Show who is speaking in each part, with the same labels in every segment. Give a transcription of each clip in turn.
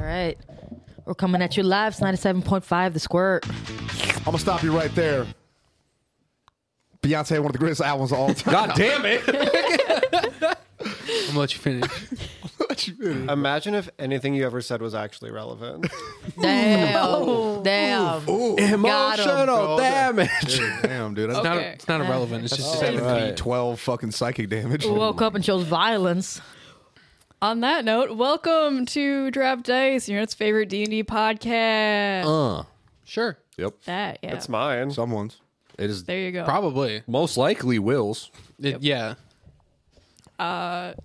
Speaker 1: right. We're coming at you live. It's 97.5, The Squirt.
Speaker 2: I'm gonna stop you right there. Beyonce, one of the greatest albums of all time.
Speaker 3: God damn it!
Speaker 4: I'm gonna let you finish.
Speaker 5: Imagine if anything you ever said was actually relevant.
Speaker 1: Damn. Damn. Got 'em.
Speaker 4: Oh,
Speaker 3: Emotional damage.
Speaker 2: Dude, damn, dude. That's
Speaker 4: It's not,
Speaker 2: not
Speaker 4: a- it's not irrelevant. It's just
Speaker 2: seven
Speaker 3: Alright.
Speaker 2: D twelve fucking psychic damage.
Speaker 1: Woke up and chose violence.
Speaker 6: On that note, welcome to Drop Dice, your internet's favorite D and D podcast.
Speaker 3: Uh,
Speaker 4: sure.
Speaker 2: Yep.
Speaker 6: that yeah,
Speaker 5: It's mine.
Speaker 2: Someone's.
Speaker 3: it is
Speaker 6: there you go.
Speaker 4: Probably.
Speaker 3: most likely Will's.
Speaker 4: It- yeah.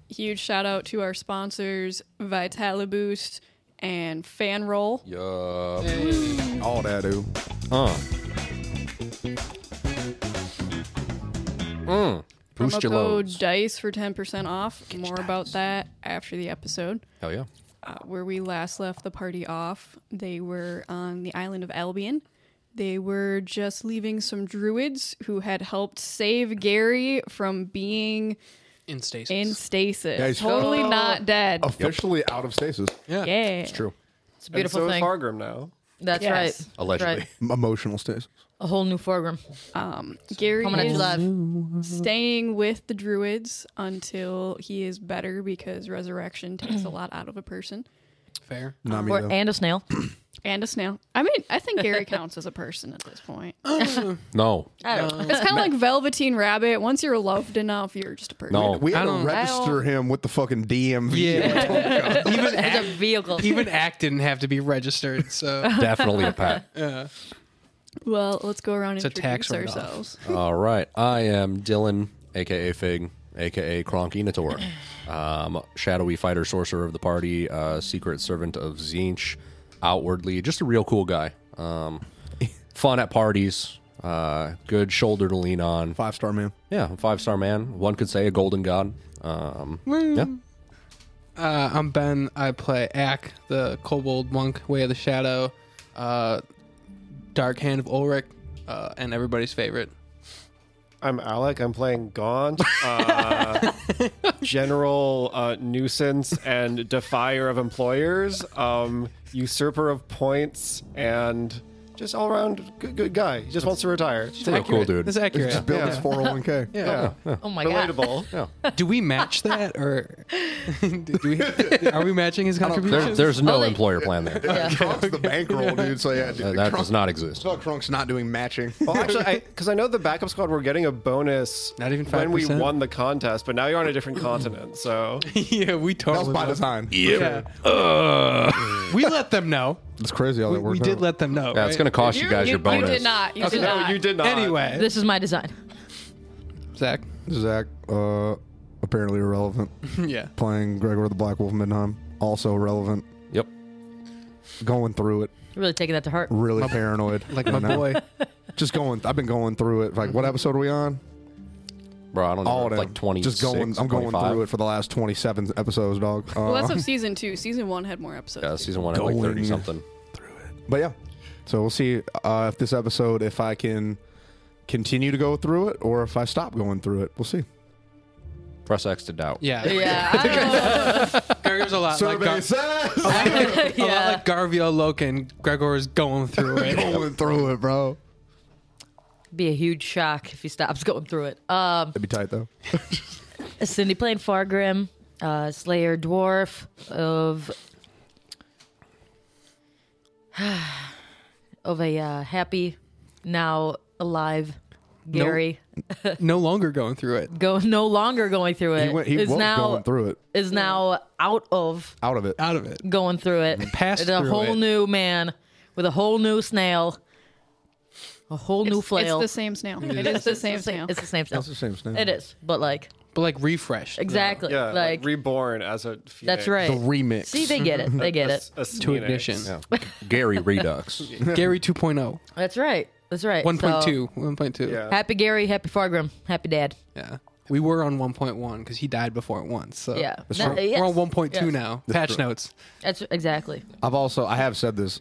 Speaker 6: Huge shout out to our sponsors, Vitaliboost and Fanroll.
Speaker 3: Yeah.
Speaker 2: All that, dude.
Speaker 3: Uh.
Speaker 6: Promo
Speaker 3: Mm. Boost your
Speaker 6: code
Speaker 3: loads.
Speaker 6: Dice for ten percent off. More about that after the episode.
Speaker 3: Hell yeah.
Speaker 6: uh, where we last left the party off, they were on the island of Albion. They were just leaving some druids who had helped save Gary from being
Speaker 4: In stasis.
Speaker 6: in stasis.
Speaker 2: Guys,
Speaker 6: totally
Speaker 3: Oh.
Speaker 6: not dead.
Speaker 2: Officially out of stasis.
Speaker 4: yeah.
Speaker 6: yeah.
Speaker 3: True.
Speaker 1: It's a
Speaker 5: And
Speaker 1: beautiful
Speaker 5: so is
Speaker 1: thing.
Speaker 5: Fargrim now.
Speaker 1: That's
Speaker 6: Yes.
Speaker 1: right.
Speaker 3: Allegedly.
Speaker 1: Right.
Speaker 2: M- Emotional stasis.
Speaker 1: A whole new program.
Speaker 6: Um, Gary
Speaker 1: Coming at you
Speaker 6: is
Speaker 1: live.
Speaker 6: staying with the druids until he is better because resurrection takes a lot out of a person.
Speaker 4: Fair.
Speaker 2: Not me
Speaker 1: Or,
Speaker 2: though.
Speaker 1: and a snail.
Speaker 6: And a snail. I mean, I think Gary counts as a person at this point.
Speaker 3: No.
Speaker 1: I don't know.
Speaker 6: It's kind of like Velveteen Rabbit. Once you're loved enough, you're just a person.
Speaker 3: No.
Speaker 2: we had
Speaker 4: I
Speaker 2: to
Speaker 4: don't-
Speaker 1: I
Speaker 2: register
Speaker 1: don't-
Speaker 2: him with the fucking DMV.
Speaker 4: Yeah. even
Speaker 1: It's a
Speaker 4: act,
Speaker 1: vehicle.
Speaker 4: even act didn't have to be registered. So
Speaker 3: Definitely a pat.
Speaker 6: Well, let's go around and
Speaker 4: It's a tax
Speaker 6: introduce
Speaker 4: write-off.
Speaker 6: ourselves.
Speaker 3: All right. I am Dylan, aka Fig, aka Kronkinator, um, shadowy fighter sorcerer of the party, uh, secret servant of Zinch, outwardly just a real cool guy. Um, fun at parties, uh, good shoulder to lean on.
Speaker 2: Five star man.
Speaker 3: Yeah, five star man. One could say a golden god. Um, yeah.
Speaker 4: uh, I'm Ben. I play Ack, the kobold monk, way of the shadow, uh, dark hand of Ulrich, uh, and everybody's favorite.
Speaker 5: I'm Alec. I'm playing Gaunt, uh, general uh, nuisance and defier of employers, um, usurper of points, and just all around good, good guy. He just wants to retire.
Speaker 3: Pretty cool dude.
Speaker 4: That's accurate.
Speaker 2: Just build his 401k.
Speaker 4: yeah.
Speaker 1: Oh my God.
Speaker 5: Relatable.
Speaker 4: Do we match that, or do we, are we matching his
Speaker 3: There,
Speaker 4: contribution?
Speaker 3: there's no
Speaker 1: Oh, they-
Speaker 3: employer plan there.
Speaker 1: Yeah.
Speaker 2: Crunk's the bankroll, dude. So yeah, dude.
Speaker 3: That- That does not exist.
Speaker 2: Fuck, Crunk's not doing matching.
Speaker 5: Well, actually, because I, know the backup squad were getting a bonus
Speaker 4: Not even
Speaker 5: when we
Speaker 4: 5%?
Speaker 5: won the contest, but now you're on a different continent. So
Speaker 4: yeah, we
Speaker 2: That was
Speaker 4: totally.
Speaker 2: by
Speaker 4: know.
Speaker 2: design.
Speaker 4: Yeah. we let them know.
Speaker 2: It's crazy how
Speaker 4: We,
Speaker 2: that worked
Speaker 4: we did let them know.
Speaker 3: Yeah, it's going to cost you, guys your
Speaker 6: you
Speaker 3: bonus.
Speaker 6: did not. You did
Speaker 5: no,
Speaker 6: not.
Speaker 5: you did not.
Speaker 4: Anyway,
Speaker 1: This is my design.
Speaker 4: Zach.
Speaker 2: Zach, uh, apparently irrelevant.
Speaker 4: Yeah.
Speaker 2: Playing Gregor the Black Wolf of Middenheim, also irrelevant.
Speaker 3: Yep.
Speaker 2: Going through it,
Speaker 1: Really taking that to heart.
Speaker 2: really paranoid.
Speaker 4: Like
Speaker 2: you
Speaker 4: my
Speaker 2: know?
Speaker 4: boy. Mm-hmm.
Speaker 2: Just going. I've been going through it. Like, what episode are we on?
Speaker 3: Bro, I don't know.
Speaker 2: All of
Speaker 3: like
Speaker 2: them.
Speaker 3: 20.
Speaker 2: Just going. I'm going through it for the last 27 episodes, dog. Uh,
Speaker 6: Well, that's of season two. Season one had more episodes.
Speaker 3: Yeah, season one had like
Speaker 2: Going.
Speaker 3: 30 something.
Speaker 2: But yeah, so we'll see uh, if this episode, if I can continue to go through it or if I stop going through it. We'll see.
Speaker 3: Press X to doubt.
Speaker 4: Yeah.
Speaker 1: Yeah. I don't
Speaker 4: Gregor's a lot like Gar-
Speaker 2: says
Speaker 1: know.
Speaker 4: a lot
Speaker 1: yeah.
Speaker 4: like Garvio Loken. Gregor is going through it.
Speaker 2: going through it, bro.
Speaker 1: Be a huge shock if he stops going through it. Um,
Speaker 2: That'd be tight though.
Speaker 1: Cindy playing Fargrim, uh, Slayer Dwarf of of a uh, happy now alive Gary
Speaker 4: no longer going through it.
Speaker 1: go no longer going through it
Speaker 2: He went. He
Speaker 1: is
Speaker 2: was
Speaker 1: now
Speaker 2: going through it,
Speaker 1: is now out of
Speaker 2: out of it.
Speaker 4: Out of it.
Speaker 1: going through it
Speaker 4: Passed
Speaker 1: And a
Speaker 4: through
Speaker 1: whole
Speaker 4: it.
Speaker 1: new man with a whole new snail a whole
Speaker 6: It's,
Speaker 1: new flail
Speaker 6: It's the same snail. It is the same
Speaker 1: It's the same-
Speaker 6: snail.
Speaker 1: it's the same snail
Speaker 2: That's the same snail.
Speaker 1: it is but like
Speaker 4: But like refreshed. though.
Speaker 1: exactly
Speaker 5: Yeah, like,
Speaker 1: like,
Speaker 5: reborn as a. Phoenix.
Speaker 1: that's right
Speaker 2: The remix.
Speaker 1: see they get it they get it
Speaker 5: A, a
Speaker 4: To
Speaker 5: phoenix.
Speaker 4: ignition.
Speaker 3: Gary Redux.
Speaker 4: Gary oh. 2.0.
Speaker 1: That's right. That's right.
Speaker 4: 1.2.
Speaker 1: So,
Speaker 4: 1.2.
Speaker 5: Yeah.
Speaker 1: happy Gary, happy Fargrim, happy Dad.
Speaker 4: Yeah. We were on 1.1 because he died before it once. So
Speaker 1: Yeah. That's
Speaker 4: We're,
Speaker 1: true.
Speaker 4: we're on
Speaker 1: Yes.
Speaker 4: 1.2
Speaker 1: Yes.
Speaker 4: now. Patch notes.
Speaker 1: That's exactly.
Speaker 2: I've also. I have said this.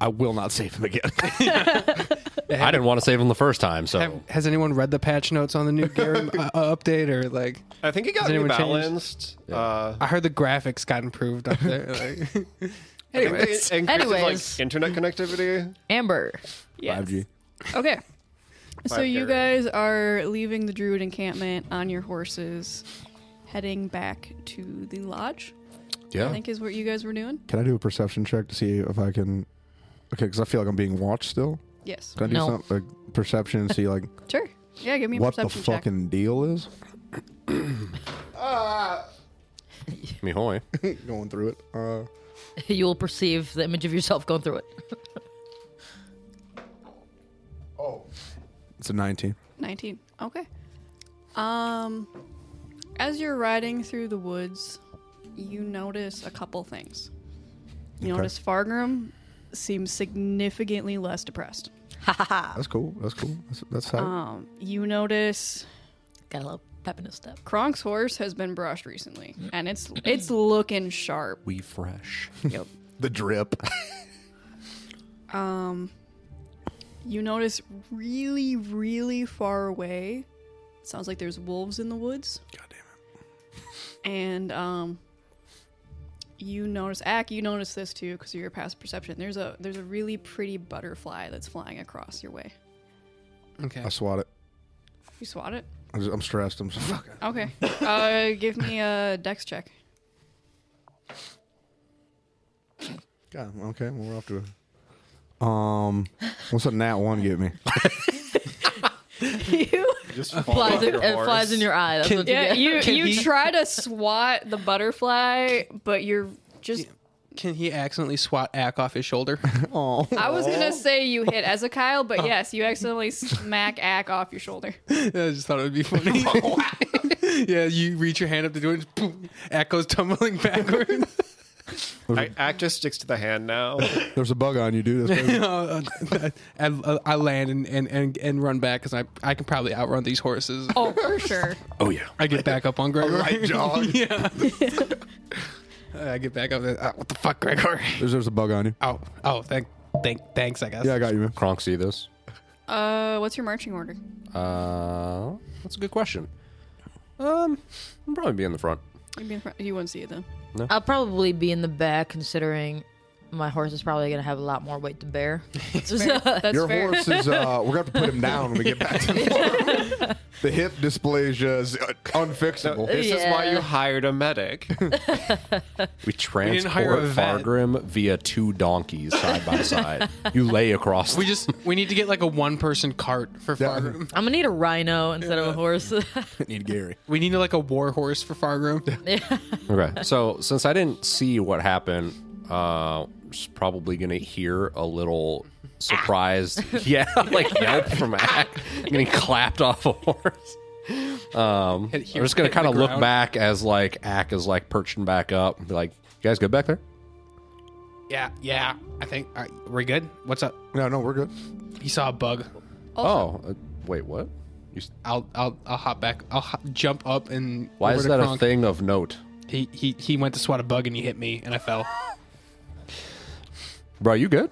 Speaker 2: I will not save him again.
Speaker 3: I didn't want to save him the first time,
Speaker 1: Oh.
Speaker 3: so
Speaker 4: Have, has anyone read the patch notes on the new Gary uh, uh, update or like?
Speaker 5: I think it got
Speaker 4: Has anyone
Speaker 5: rebalanced. Uh,
Speaker 4: I heard the graphics got improved up there. Like,
Speaker 5: And-
Speaker 3: Anyways.
Speaker 5: and Chris is,
Speaker 1: Anyways.
Speaker 5: like internet connectivity.
Speaker 1: Amber.
Speaker 6: Yes.
Speaker 2: 5G.
Speaker 6: Okay. so
Speaker 5: Five
Speaker 6: you
Speaker 5: Gary.
Speaker 6: guys are leaving the druid encampment on your horses, heading back to the lodge.
Speaker 3: Yeah.
Speaker 2: Oh.
Speaker 6: I think is what you guys were doing.
Speaker 2: Can I do a perception check to see if I can? Okay, because I feel like I'm being watched still.
Speaker 6: Yes.
Speaker 2: Can I do
Speaker 1: No.
Speaker 2: something like perception and see like
Speaker 6: Sure. Yeah. Give me a
Speaker 2: what the
Speaker 6: perception check.
Speaker 2: fucking deal is
Speaker 3: Mihoy.
Speaker 2: going through it? Uh,
Speaker 1: you will perceive the image of yourself going through it.
Speaker 2: it's a 19.
Speaker 6: 19. Okay. Um as you're riding through the woods, you notice a couple things. You
Speaker 2: Okay.
Speaker 6: notice Fargrim seems significantly less depressed.
Speaker 2: That's cool. That's cool. That's that's how.
Speaker 6: Um you notice
Speaker 1: Got a little pep in his step.
Speaker 6: Kronk's horse has been brushed recently and it's it's looking sharp.
Speaker 3: We fresh.
Speaker 6: Yep.
Speaker 2: the drip.
Speaker 6: You notice really really far away. Sounds like there's wolves in the woods.
Speaker 2: God damn it.
Speaker 6: And um, you notice, Ack, you notice this too because of your past perception. There's a there's a really pretty butterfly that's flying across your way.
Speaker 4: Okay.
Speaker 2: I swat it.
Speaker 6: You swat it.
Speaker 2: I just- I'm stressed. I'm so fuck.
Speaker 6: Okay. Uh, give me a dex check.
Speaker 2: God, okay, well, we're off to. a- Um, what's a nat one get me?
Speaker 6: you
Speaker 5: Just
Speaker 1: Flies in, it flies in your eye. That's what you
Speaker 6: yeah
Speaker 1: get.
Speaker 6: you
Speaker 4: Can
Speaker 6: you
Speaker 4: he-
Speaker 6: try to swat the butterfly, but you're just.
Speaker 4: Can he accidentally swat Ack off his shoulder?
Speaker 2: Oh,
Speaker 6: I was gonna say you hit Ezekiel, but yes, you accidentally smack Ack off your shoulder.
Speaker 4: I just thought it would be funny. yeah, you reach your hand up to do it, and boom, Ack goes tumbling backward.
Speaker 5: I, act just sticks to the hand now.
Speaker 2: there's a bug on you, dude. That's crazy.
Speaker 4: Uh, I, I- I land and, and, and, and run back because I, I can probably outrun these horses.
Speaker 6: Oh, for sure.
Speaker 3: Oh yeah.
Speaker 4: I get back up on Gregor.
Speaker 2: right jog.
Speaker 4: yeah. I get back up. And, uh, what the fuck, Gregor?
Speaker 2: there's there's a bug on you.
Speaker 4: Oh, oh, thank, thank, thanks. I guess.
Speaker 2: Yeah, I got you, man.
Speaker 3: Kronk see this.
Speaker 6: Uh, what's your marching order?
Speaker 3: Uh that's a good question. Um I'll probably be in the front.
Speaker 6: You'd be in front- You wouldn't see it though.
Speaker 1: I'll probably be in the back considering my horse is probably going to have a lot more weight to bear.
Speaker 6: That's
Speaker 2: Your
Speaker 6: fair.
Speaker 2: horse is. Uh, we're gonna have to put him down when we get back to the farm. The hip dysplasia is uh, unfixable.
Speaker 5: This is why
Speaker 1: Yeah.
Speaker 5: you hired a medic.
Speaker 3: We
Speaker 4: didn't hire
Speaker 3: transport
Speaker 4: a vet.
Speaker 3: Fargrim via two donkeys side by side. You lay across
Speaker 4: We just we need to get like a one person cart for
Speaker 2: Yeah.
Speaker 4: Fargrim.
Speaker 1: I'm going to need a rhino instead of a horse.
Speaker 2: need Gary.
Speaker 4: We need like a war horse for Fargrim.
Speaker 3: Okay. So since I didn't see what happened, uh just probably gonna hear a little surprised
Speaker 4: Ah.
Speaker 3: yeah, like yelp from Ack getting clapped off a horse. Um I'm
Speaker 4: Hit- hear-
Speaker 3: just gonna
Speaker 4: hit the
Speaker 3: kinda look
Speaker 4: ground.
Speaker 3: back as like Ack is like perching back up and be like, You guys good back there?
Speaker 4: yeah, yeah. I think all right, we're good. What's up?
Speaker 2: No, no, we're good.
Speaker 4: He saw a bug.
Speaker 3: Oh uh, wait, what? You, s-
Speaker 4: I'll I'll I'll hop back. I'll hop, jump up and.
Speaker 3: why
Speaker 4: over
Speaker 3: is
Speaker 4: to
Speaker 3: that a
Speaker 4: Kronk.
Speaker 3: thing of note?
Speaker 4: He he he went to swat a bug and he hit me and I fell.
Speaker 3: Bro, you good?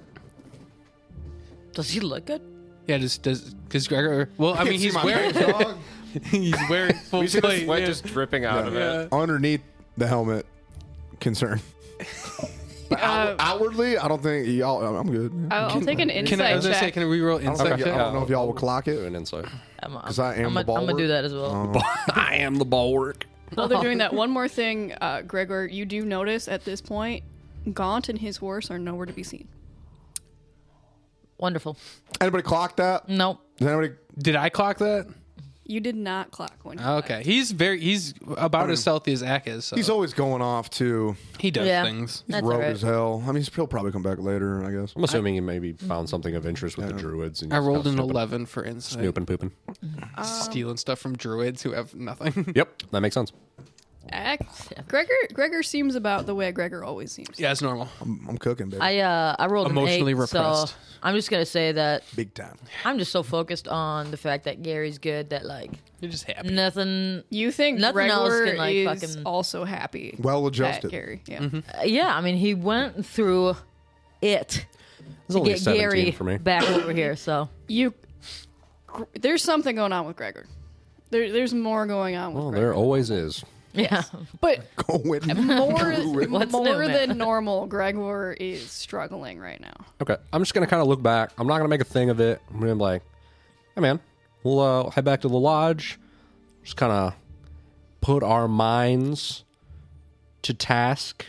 Speaker 1: Does he look good?
Speaker 4: Yeah, just does because Gregor. Well, I mean, he's
Speaker 2: my
Speaker 4: wearing he's wearing full
Speaker 5: You see the
Speaker 4: plate.
Speaker 5: sweat
Speaker 4: yeah.
Speaker 5: just dripping out of it.
Speaker 4: Yeah.
Speaker 2: Underneath the helmet, concern. But out- outwardly, I don't think y'all. I'm good.
Speaker 6: I'll, I'll take an
Speaker 4: Can I, I
Speaker 6: insight
Speaker 4: was gonna
Speaker 6: check.
Speaker 4: say, can we roll
Speaker 2: I don't,
Speaker 4: insight
Speaker 2: think- I
Speaker 4: check?
Speaker 2: don't know if y'all will clock
Speaker 3: Do
Speaker 2: it.
Speaker 3: an insight.
Speaker 1: I'm, I'm,
Speaker 2: 'Cause I am Oh.
Speaker 1: I'm
Speaker 2: the
Speaker 1: gonna- I'm gonna do
Speaker 2: bulwark.
Speaker 1: that as well.
Speaker 3: I am the bulwark.
Speaker 6: While they're doing that, one more thing, uh, Gregor, you do notice at this point, Gaunt and his horse are nowhere to be seen.
Speaker 1: Wonderful.
Speaker 2: Anybody clock that?
Speaker 1: Nope.
Speaker 2: Does anybody?
Speaker 4: Did I clock that?
Speaker 6: You did not clock when you
Speaker 4: Okay, he's very he's about as stealthy as Ack is. So
Speaker 2: He's always going off to
Speaker 4: he does
Speaker 1: Yeah.
Speaker 4: things.
Speaker 1: That's all
Speaker 2: rogue
Speaker 1: right.
Speaker 2: as hell. I mean, he'll probably come back later, I guess.
Speaker 3: I'm assuming you maybe found something of interest with the druids. And
Speaker 4: I
Speaker 3: you just
Speaker 4: rolled an
Speaker 3: kinda snooping-
Speaker 4: eleven for insight.
Speaker 3: Snooping, pooping.
Speaker 4: Stealing stuff from druids who have nothing.
Speaker 3: Yep, that makes sense.
Speaker 6: act. Gregor Gregor seems about the way Gregor always seems.
Speaker 4: yeah, it's normal.
Speaker 3: Um,
Speaker 2: I'm, I'm cooking, baby.
Speaker 1: I uh I rolled
Speaker 4: Emotionally
Speaker 1: an eight,
Speaker 4: repressed.
Speaker 1: So I'm just gonna say that
Speaker 2: Big time.
Speaker 1: I'm just so focused on the fact that Gary's good that like
Speaker 4: You're just happy.
Speaker 1: nothing.
Speaker 6: You think
Speaker 1: Nothing else
Speaker 6: Gregor
Speaker 1: can, like,
Speaker 6: is
Speaker 1: fucking-
Speaker 6: also happy
Speaker 2: Well
Speaker 6: at
Speaker 2: adjusted.
Speaker 6: Gary. Yeah.
Speaker 4: Mm-hmm.
Speaker 1: Uh, yeah, I mean he went through it
Speaker 3: It's
Speaker 1: to
Speaker 3: only
Speaker 1: get
Speaker 3: 17
Speaker 1: Gary
Speaker 3: for me.
Speaker 1: back over here. So
Speaker 6: You Gr- there's something going on with Gregor. There, there's more going on with
Speaker 3: Well,
Speaker 6: Gregor.
Speaker 3: Oh, there always is.
Speaker 1: Yeah.
Speaker 6: But
Speaker 2: Go in.
Speaker 6: more,
Speaker 1: What's new,
Speaker 6: more
Speaker 1: man?
Speaker 6: than normal, Gregor is struggling right now.
Speaker 3: Okay, I'm just gonna kind of look back. I'm not gonna make a thing of it. I'm gonna be like, "Hey, man, we'll uh, head back to the lodge. Just kind of put our minds to task,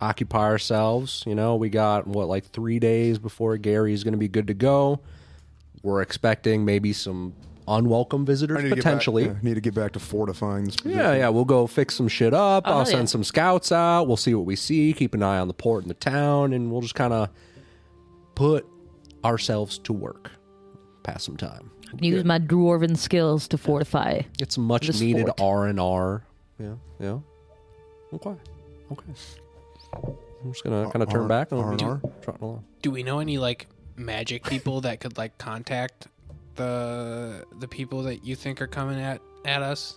Speaker 3: occupy ourselves. You know, we got what like three days before Gary's gonna be good to go. We're expecting maybe some unwelcome visitors
Speaker 2: I need to get back-
Speaker 3: potentially.
Speaker 2: yeah, I need to get back to fortifying this. position.
Speaker 3: Yeah, yeah, we'll go fix some shit up.
Speaker 1: Oh,
Speaker 3: I'll
Speaker 1: hell yeah.
Speaker 3: send some scouts out. We'll see what we see. Keep an eye on the port and the town, and we'll just kind of put ourselves to work. Pass some time.
Speaker 1: Use my dwarven skills to fortify.
Speaker 3: Get some much
Speaker 1: This
Speaker 3: needed
Speaker 1: fort.
Speaker 3: R and R. Yeah, yeah. Okay, okay. I'm just gonna kind of turn
Speaker 2: R-
Speaker 3: back and
Speaker 2: R&R?
Speaker 3: R. trotting along.
Speaker 4: Do we know any like magic people that could like contact the the people that you think are coming at at us?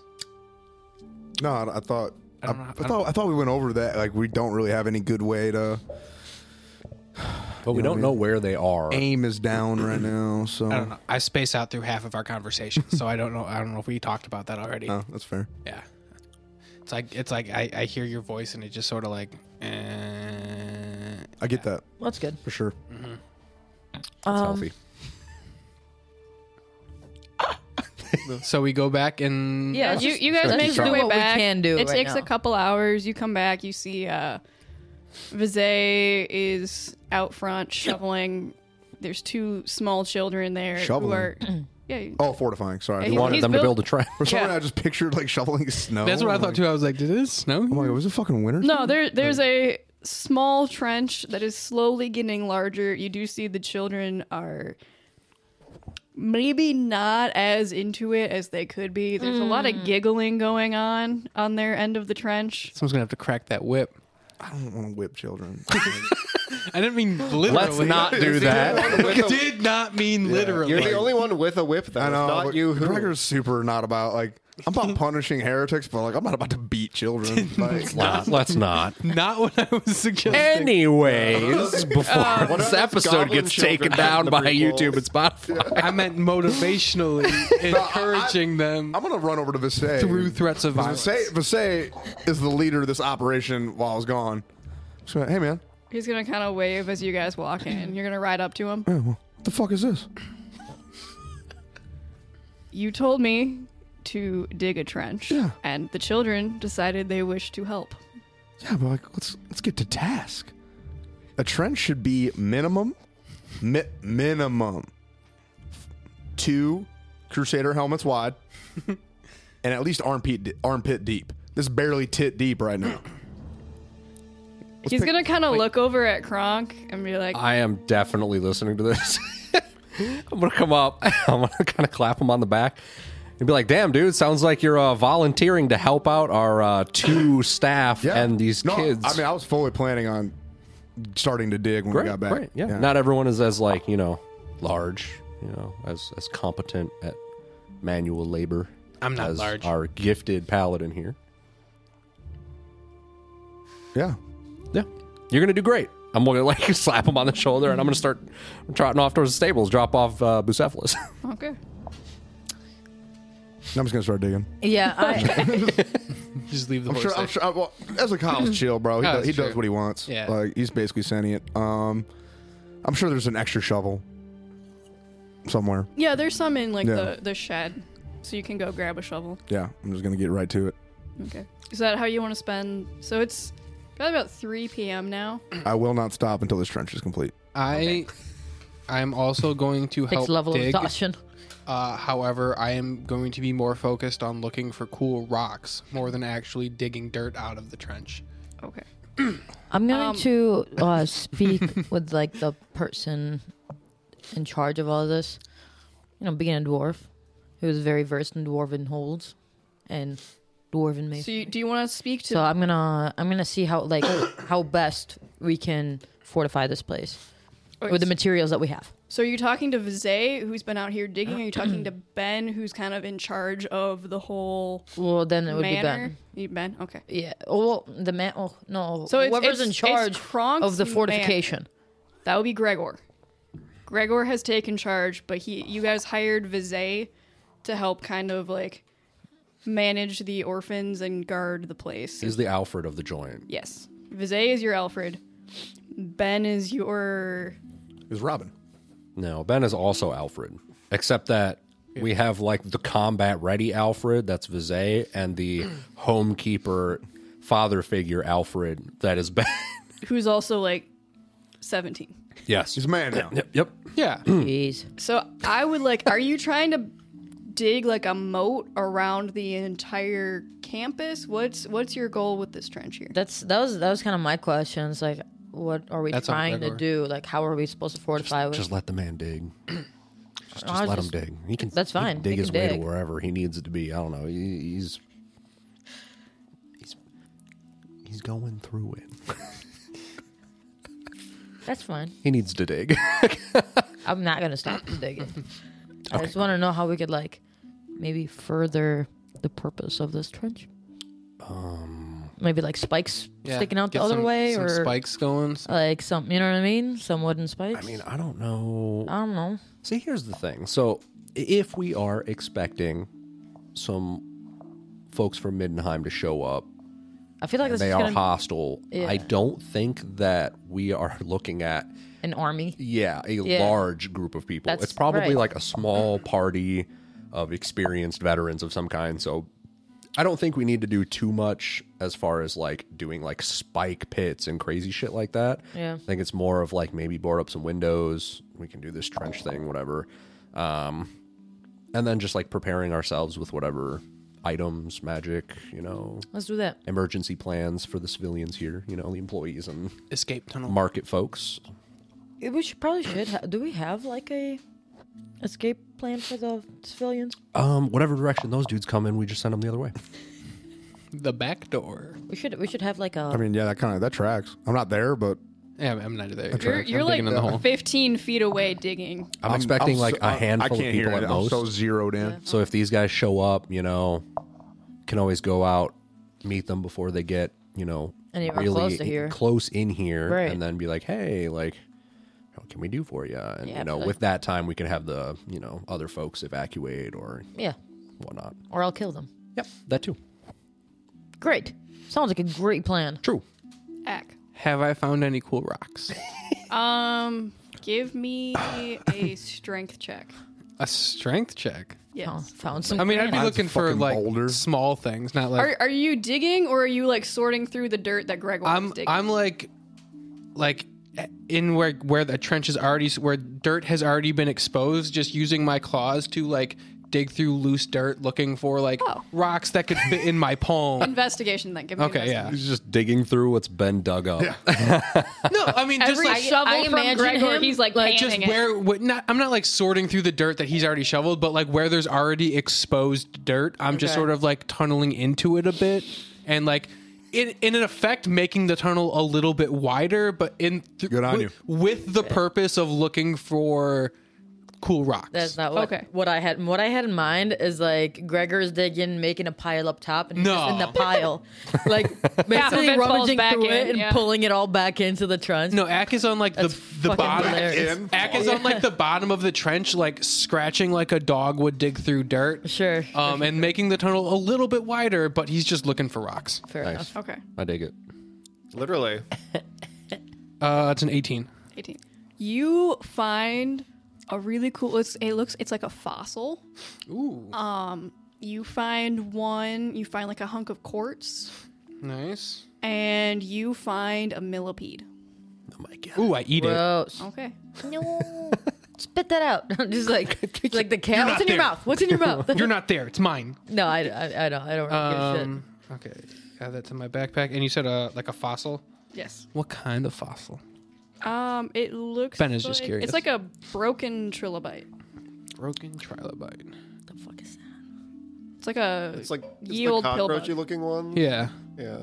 Speaker 2: No, I, I thought. I,
Speaker 4: I don't know-
Speaker 2: I
Speaker 4: I don't-
Speaker 2: thought I thought we went over that. Like we don't really have any good way to
Speaker 3: But
Speaker 2: know what I
Speaker 3: we don't
Speaker 2: mean?
Speaker 3: know where they are.
Speaker 2: aim is down right now. So
Speaker 4: I don't know. I space out through half of our conversation, so I don't know. I don't know if we talked about that already.
Speaker 2: No, that's fair.
Speaker 4: Yeah. It's like it's like I, I hear your voice and it just sort of like. eh.
Speaker 2: I get that
Speaker 1: That's good.
Speaker 2: for sure.
Speaker 3: It's
Speaker 1: Um,
Speaker 3: healthy.
Speaker 4: So we go back and
Speaker 1: Yeah,
Speaker 6: you,
Speaker 1: just-
Speaker 6: you guys
Speaker 1: let's
Speaker 6: make
Speaker 1: just
Speaker 6: your
Speaker 1: do
Speaker 6: way
Speaker 1: what we
Speaker 6: back.
Speaker 1: can do
Speaker 6: It
Speaker 1: right
Speaker 6: takes
Speaker 1: now.
Speaker 6: a couple hours. You come back. You see, uh, Vizay is out front shoveling. There's two small children there
Speaker 2: Shoveling?
Speaker 6: who are, yeah,
Speaker 2: Oh, fortifying. Sorry.
Speaker 6: Hey,
Speaker 2: I
Speaker 3: We
Speaker 6: he's-
Speaker 3: wanted
Speaker 6: he's
Speaker 3: them to
Speaker 6: built-
Speaker 3: build a trap.
Speaker 2: For some
Speaker 6: yeah.
Speaker 2: reason, I just pictured like shoveling snow.
Speaker 4: that's what I
Speaker 2: I'm
Speaker 4: thought
Speaker 2: like,
Speaker 4: too. I was like, did it snow?
Speaker 2: Oh my god, was it fucking winter?
Speaker 6: No, there there's a small trench that is slowly getting larger. You do see the children are maybe not as into it as they could be. There's a lot of giggling going on on their end of the trench.
Speaker 4: Someone's gonna have to crack that whip.
Speaker 2: I don't want to whip children.
Speaker 4: I didn't mean literally.
Speaker 3: Let's not do that.
Speaker 4: I did not mean literally.
Speaker 5: You're the only one with a whip, though.
Speaker 2: I know.
Speaker 5: not
Speaker 2: but
Speaker 5: you. Who?
Speaker 2: Gregor's super not about like. I'm about punishing heretics, but like I'm not about to beat children. Like,
Speaker 3: Nah, let's not.
Speaker 4: not what I was suggesting.
Speaker 3: Anyways, before
Speaker 5: What
Speaker 3: this
Speaker 5: about
Speaker 3: episode
Speaker 5: goblin
Speaker 3: gets
Speaker 5: children
Speaker 3: taken
Speaker 5: in
Speaker 3: down
Speaker 5: the
Speaker 3: by
Speaker 5: prequels?
Speaker 3: YouTube and Spotify,
Speaker 4: I meant motivationally encouraging them
Speaker 2: I'm gonna run over to Visay
Speaker 4: through threats of violence.
Speaker 2: Visay, Visay is the leader of this operation while I was gone. So, hey man,
Speaker 6: He's gonna kind of wave as you guys walk in. You're gonna ride up to him.
Speaker 2: what the fuck is this?
Speaker 6: You told me to dig a trench,
Speaker 2: Yeah.
Speaker 6: and the children decided they wish to help.
Speaker 2: Yeah, but like let's let's get to task. A trench should be minimum, mi- minimum two Crusader helmets wide, and at least armpit armpit deep. This is barely tit deep right now.
Speaker 6: He's gonna kind of look over at Kronk and be like,
Speaker 3: I am definitely listening to this. I'm gonna come up. I'm gonna kind of clap him on the back and be like, "Damn, dude, sounds like you're uh, volunteering to help out our uh, two staff and these
Speaker 2: No,
Speaker 3: kids."
Speaker 2: I mean, I was fully planning on starting to dig when
Speaker 3: great,
Speaker 2: we got back.
Speaker 3: great, yeah. Not everyone is as like you know large, you know, as as competent at manual labor.
Speaker 4: I'm not
Speaker 3: as
Speaker 4: large.
Speaker 3: Our gifted paladin here.
Speaker 2: yeah.
Speaker 3: Yeah. You're gonna do great. I'm gonna like slap him on the shoulder and I'm gonna start trotting off towards the stables, drop off uh, Bucephalus.
Speaker 6: "Okay,
Speaker 2: I'm just gonna start digging.
Speaker 1: Yeah, I,
Speaker 4: Just leave the
Speaker 2: I'm
Speaker 4: horse
Speaker 2: sure. I'm
Speaker 4: there.
Speaker 2: sure. I, well, as a college chill, bro, he,
Speaker 4: Oh,
Speaker 2: does,
Speaker 4: that's
Speaker 2: he
Speaker 4: true.
Speaker 2: does what he wants.
Speaker 4: Yeah.
Speaker 2: like he's basically sentient. Um, I'm sure there's an extra shovel somewhere.
Speaker 6: Yeah, there's some in like
Speaker 2: Yeah.
Speaker 6: the, the shed, so you can go grab a shovel.
Speaker 2: Yeah, I'm just gonna get right to it.
Speaker 6: Okay. Is that how you want to spend? So it's probably about 3 p.m. now.
Speaker 2: I will not stop until this trench is complete.
Speaker 4: I I'm also going to help
Speaker 1: next level of
Speaker 4: dig.
Speaker 1: exhaustion.
Speaker 4: Uh, however, I am going to be more focused on looking for cool rocks more than actually digging dirt out of the trench.
Speaker 6: Okay.
Speaker 1: I'm going
Speaker 6: Um,
Speaker 1: to uh, speak with like the person in charge of all this. You know, being a dwarf who is very versed in dwarven holds and dwarven masonry.
Speaker 6: So you, do you want to speak to?
Speaker 1: So I'm gonna I'm gonna see how like how best we can fortify this place
Speaker 6: or-
Speaker 1: with the materials that we have.
Speaker 6: so are you talking to Vizay, who's been out here digging? Are you talking to Ben, who's kind of in charge of the whole
Speaker 1: Well, then it would
Speaker 6: manor? You Ben, okay.
Speaker 1: be Ben. Yeah. Oh, well, the man. Oh no.
Speaker 6: So it's-
Speaker 1: whoever's
Speaker 6: it's-
Speaker 1: in
Speaker 6: it's
Speaker 1: charge
Speaker 6: Kronk's
Speaker 1: of the
Speaker 6: man-
Speaker 1: fortification.
Speaker 6: That would be Gregor. Gregor has taken charge, but he you guys hired Vizay to help kind of like manage the orphans and guard the place.
Speaker 3: He's the Alfred of the joint.
Speaker 6: yes. Vizay is your Alfred. Ben is your
Speaker 2: Is Robin?
Speaker 3: No, Ben is also Alfred, except that we have like the combat ready Alfred, that's Vizay, and the homekeeper father figure Alfred, that is Ben.
Speaker 6: who's also like 17.
Speaker 3: yes.
Speaker 2: He's a man now.
Speaker 3: Yep. yep.
Speaker 4: Yeah.
Speaker 3: Hmm.
Speaker 1: Jeez.
Speaker 6: So I would like, are you trying to dig like a moat around the entire campus? What's what's your goal with this trench here?
Speaker 1: That's that was that was kind of my question. It's like, what are we
Speaker 4: That's on
Speaker 1: trying to
Speaker 4: Gregor.
Speaker 1: do? Like, how are we supposed to fortify with?
Speaker 3: Just let the man dig. Just, just
Speaker 1: I'll
Speaker 3: let
Speaker 1: just-
Speaker 3: him dig. He can.
Speaker 1: that's
Speaker 3: he can
Speaker 1: fine.
Speaker 3: dig
Speaker 1: He
Speaker 3: his
Speaker 1: can
Speaker 3: way to
Speaker 1: dig.
Speaker 3: wherever he needs it to be. I don't know. He, he's he's he's going through it.
Speaker 1: That's fine.
Speaker 3: He needs to dig.
Speaker 1: I'm not gonna stop digging. I just want to know how we could like maybe further the purpose of this trench. Um, maybe like spikes
Speaker 4: Yeah.
Speaker 1: sticking out the
Speaker 4: Get
Speaker 1: other
Speaker 4: some-
Speaker 1: way,
Speaker 4: some
Speaker 1: or Uh,
Speaker 4: spikes going.
Speaker 1: like something. You know what I mean? Some wooden
Speaker 3: I
Speaker 1: spikes.
Speaker 3: mean, I don't know.
Speaker 1: I don't know.
Speaker 3: See, here's the thing. So, i- if we are expecting some folks from Middenheim to show up,
Speaker 1: I feel like
Speaker 3: and
Speaker 1: this
Speaker 3: they
Speaker 1: is
Speaker 3: are
Speaker 1: gonna
Speaker 3: hostile.
Speaker 1: Yeah.
Speaker 3: I don't think that we are looking at
Speaker 1: be an army.
Speaker 3: yeah a
Speaker 1: Yeah.
Speaker 3: large group of people.
Speaker 1: That's
Speaker 3: it's probably
Speaker 1: right.
Speaker 3: like a small party of experienced veterans of some kind. So, I don't think we need to do too much as far as like doing like spike pits and crazy shit like that.
Speaker 1: Yeah.
Speaker 3: I think it's more of like maybe board up some windows. We can do this trench thing, whatever. Um, and then just like preparing ourselves with whatever items, magic, you know,
Speaker 1: Let's do that.
Speaker 3: emergency plans for the civilians here, you know, the employees and
Speaker 4: Escape tunnel.
Speaker 3: market folks.
Speaker 1: Eh, We should probably should. Ha- do we have like a escape plan for the civilians?
Speaker 3: Um, whatever direction those dudes come in, we just send them the other way.
Speaker 4: The back door.
Speaker 1: We should. We should have like a.
Speaker 2: I mean, yeah, that kind of that tracks. I'm not there, but
Speaker 4: Yeah, I'm not either.
Speaker 6: You're,
Speaker 4: I'm
Speaker 6: you're
Speaker 4: digging
Speaker 6: like
Speaker 4: in the hole.
Speaker 6: 15 feet away digging.
Speaker 3: I'm, expecting like
Speaker 2: so-
Speaker 3: a handful
Speaker 2: I can't
Speaker 3: of people
Speaker 2: hear
Speaker 3: at
Speaker 2: it.
Speaker 3: most.
Speaker 2: I'm so zeroed in.
Speaker 3: So if these guys show up, you know, can always go out, meet them before they get, you know,
Speaker 1: Anywhere
Speaker 3: really
Speaker 1: close to
Speaker 3: in-
Speaker 1: here.
Speaker 3: close in here,
Speaker 1: Right.
Speaker 3: and then be like, hey, like, what can we do for you? And
Speaker 1: Yeah,
Speaker 3: you know,
Speaker 1: but-
Speaker 3: with that time, we can have the you know other folks evacuate or
Speaker 1: yeah,
Speaker 3: whatnot.
Speaker 1: or I'll kill them.
Speaker 3: Yep, that too.
Speaker 1: Great. Sounds like a great plan.
Speaker 3: True.
Speaker 6: Ack.
Speaker 4: Have I found any cool rocks?
Speaker 6: Um, give me a strength check.
Speaker 4: A strength check.
Speaker 1: Found,
Speaker 6: Yes.
Speaker 1: found some.
Speaker 4: I mean, I'd be
Speaker 1: granite.
Speaker 4: looking for
Speaker 2: fucking
Speaker 4: like
Speaker 2: boulder.
Speaker 4: small things, not like
Speaker 6: Are, are you digging or are you like sorting through the dirt that Greg was
Speaker 4: I'm
Speaker 6: digging?
Speaker 4: I'm like like in where where the trench is already where dirt has already been exposed just using my claws to like dig through loose dirt looking for like
Speaker 6: Oh.
Speaker 4: rocks that could fit in my palm.
Speaker 6: investigation then. Give me
Speaker 4: Okay, yeah.
Speaker 3: He's just digging through what's been dug up.
Speaker 4: No, I mean just
Speaker 6: Every
Speaker 4: like
Speaker 6: shovel
Speaker 1: I
Speaker 6: from
Speaker 1: imagine
Speaker 6: Gregor,
Speaker 1: him,
Speaker 6: he's like,
Speaker 1: like,
Speaker 6: panning
Speaker 4: just
Speaker 6: it.
Speaker 4: where what, not, I'm not like sorting through the dirt that he's already shoveled, but like where there's already exposed dirt, I'm just
Speaker 1: Okay.
Speaker 4: sort of like tunneling into it a bit and like in in an effect making the tunnel a little bit wider, but in th-
Speaker 2: Good on
Speaker 4: with,
Speaker 2: you.
Speaker 4: with the purpose of looking for cool rocks.
Speaker 1: That's not what,
Speaker 6: Okay.
Speaker 1: what I had. What I had in mind is like Gregor's digging, making a pile up top, and he's just in
Speaker 4: No.
Speaker 1: the pile, like
Speaker 6: Half of
Speaker 1: basically
Speaker 6: it falls
Speaker 1: rummaging
Speaker 6: back
Speaker 1: through
Speaker 6: in,
Speaker 1: it and
Speaker 6: yeah.
Speaker 1: pulling it all back into the trench.
Speaker 4: no, Ack is on like the, the
Speaker 1: fucking
Speaker 4: bottom.
Speaker 1: hilarious.
Speaker 2: In.
Speaker 4: Ack is on like the bottom of the trench, like scratching like a dog would dig through dirt.
Speaker 1: sure,
Speaker 4: Um, and making the tunnel a little bit wider, but he's just looking for rocks.
Speaker 1: fair enough.
Speaker 3: Nice.
Speaker 6: Okay,
Speaker 3: I dig it.
Speaker 5: Literally.
Speaker 4: Uh, it's an 18.
Speaker 6: 18. You find a really cool. It's, it looks. It's like a fossil.
Speaker 4: Ooh.
Speaker 6: Um, You find one. You find like a hunk of quartz,
Speaker 4: Nice.
Speaker 6: and you find a millipede.
Speaker 3: Oh my god.
Speaker 4: Ooh, I eat it.
Speaker 1: Gross.
Speaker 6: Okay.
Speaker 1: No, spit that out. just like just like the cat. What's in your
Speaker 4: there.
Speaker 1: mouth? What's in your mouth?
Speaker 4: You're not there. It's mine.
Speaker 1: no, I, I, I don't. I don't really give a shit.
Speaker 4: Um, okay. Add that to my backpack. And you said uh, like a fossil.
Speaker 6: Yes.
Speaker 4: What kind of fossil?
Speaker 6: Um. It looks.
Speaker 4: Ben is just
Speaker 6: like-
Speaker 4: curious.
Speaker 6: It's like a broken trilobite.
Speaker 4: Broken trilobite.
Speaker 1: What the fuck is that?
Speaker 6: It's like a.
Speaker 5: It's like it's
Speaker 6: Ye
Speaker 5: the
Speaker 6: olde pill bug.
Speaker 5: cockroachy looking one.
Speaker 4: Yeah.
Speaker 5: Yeah.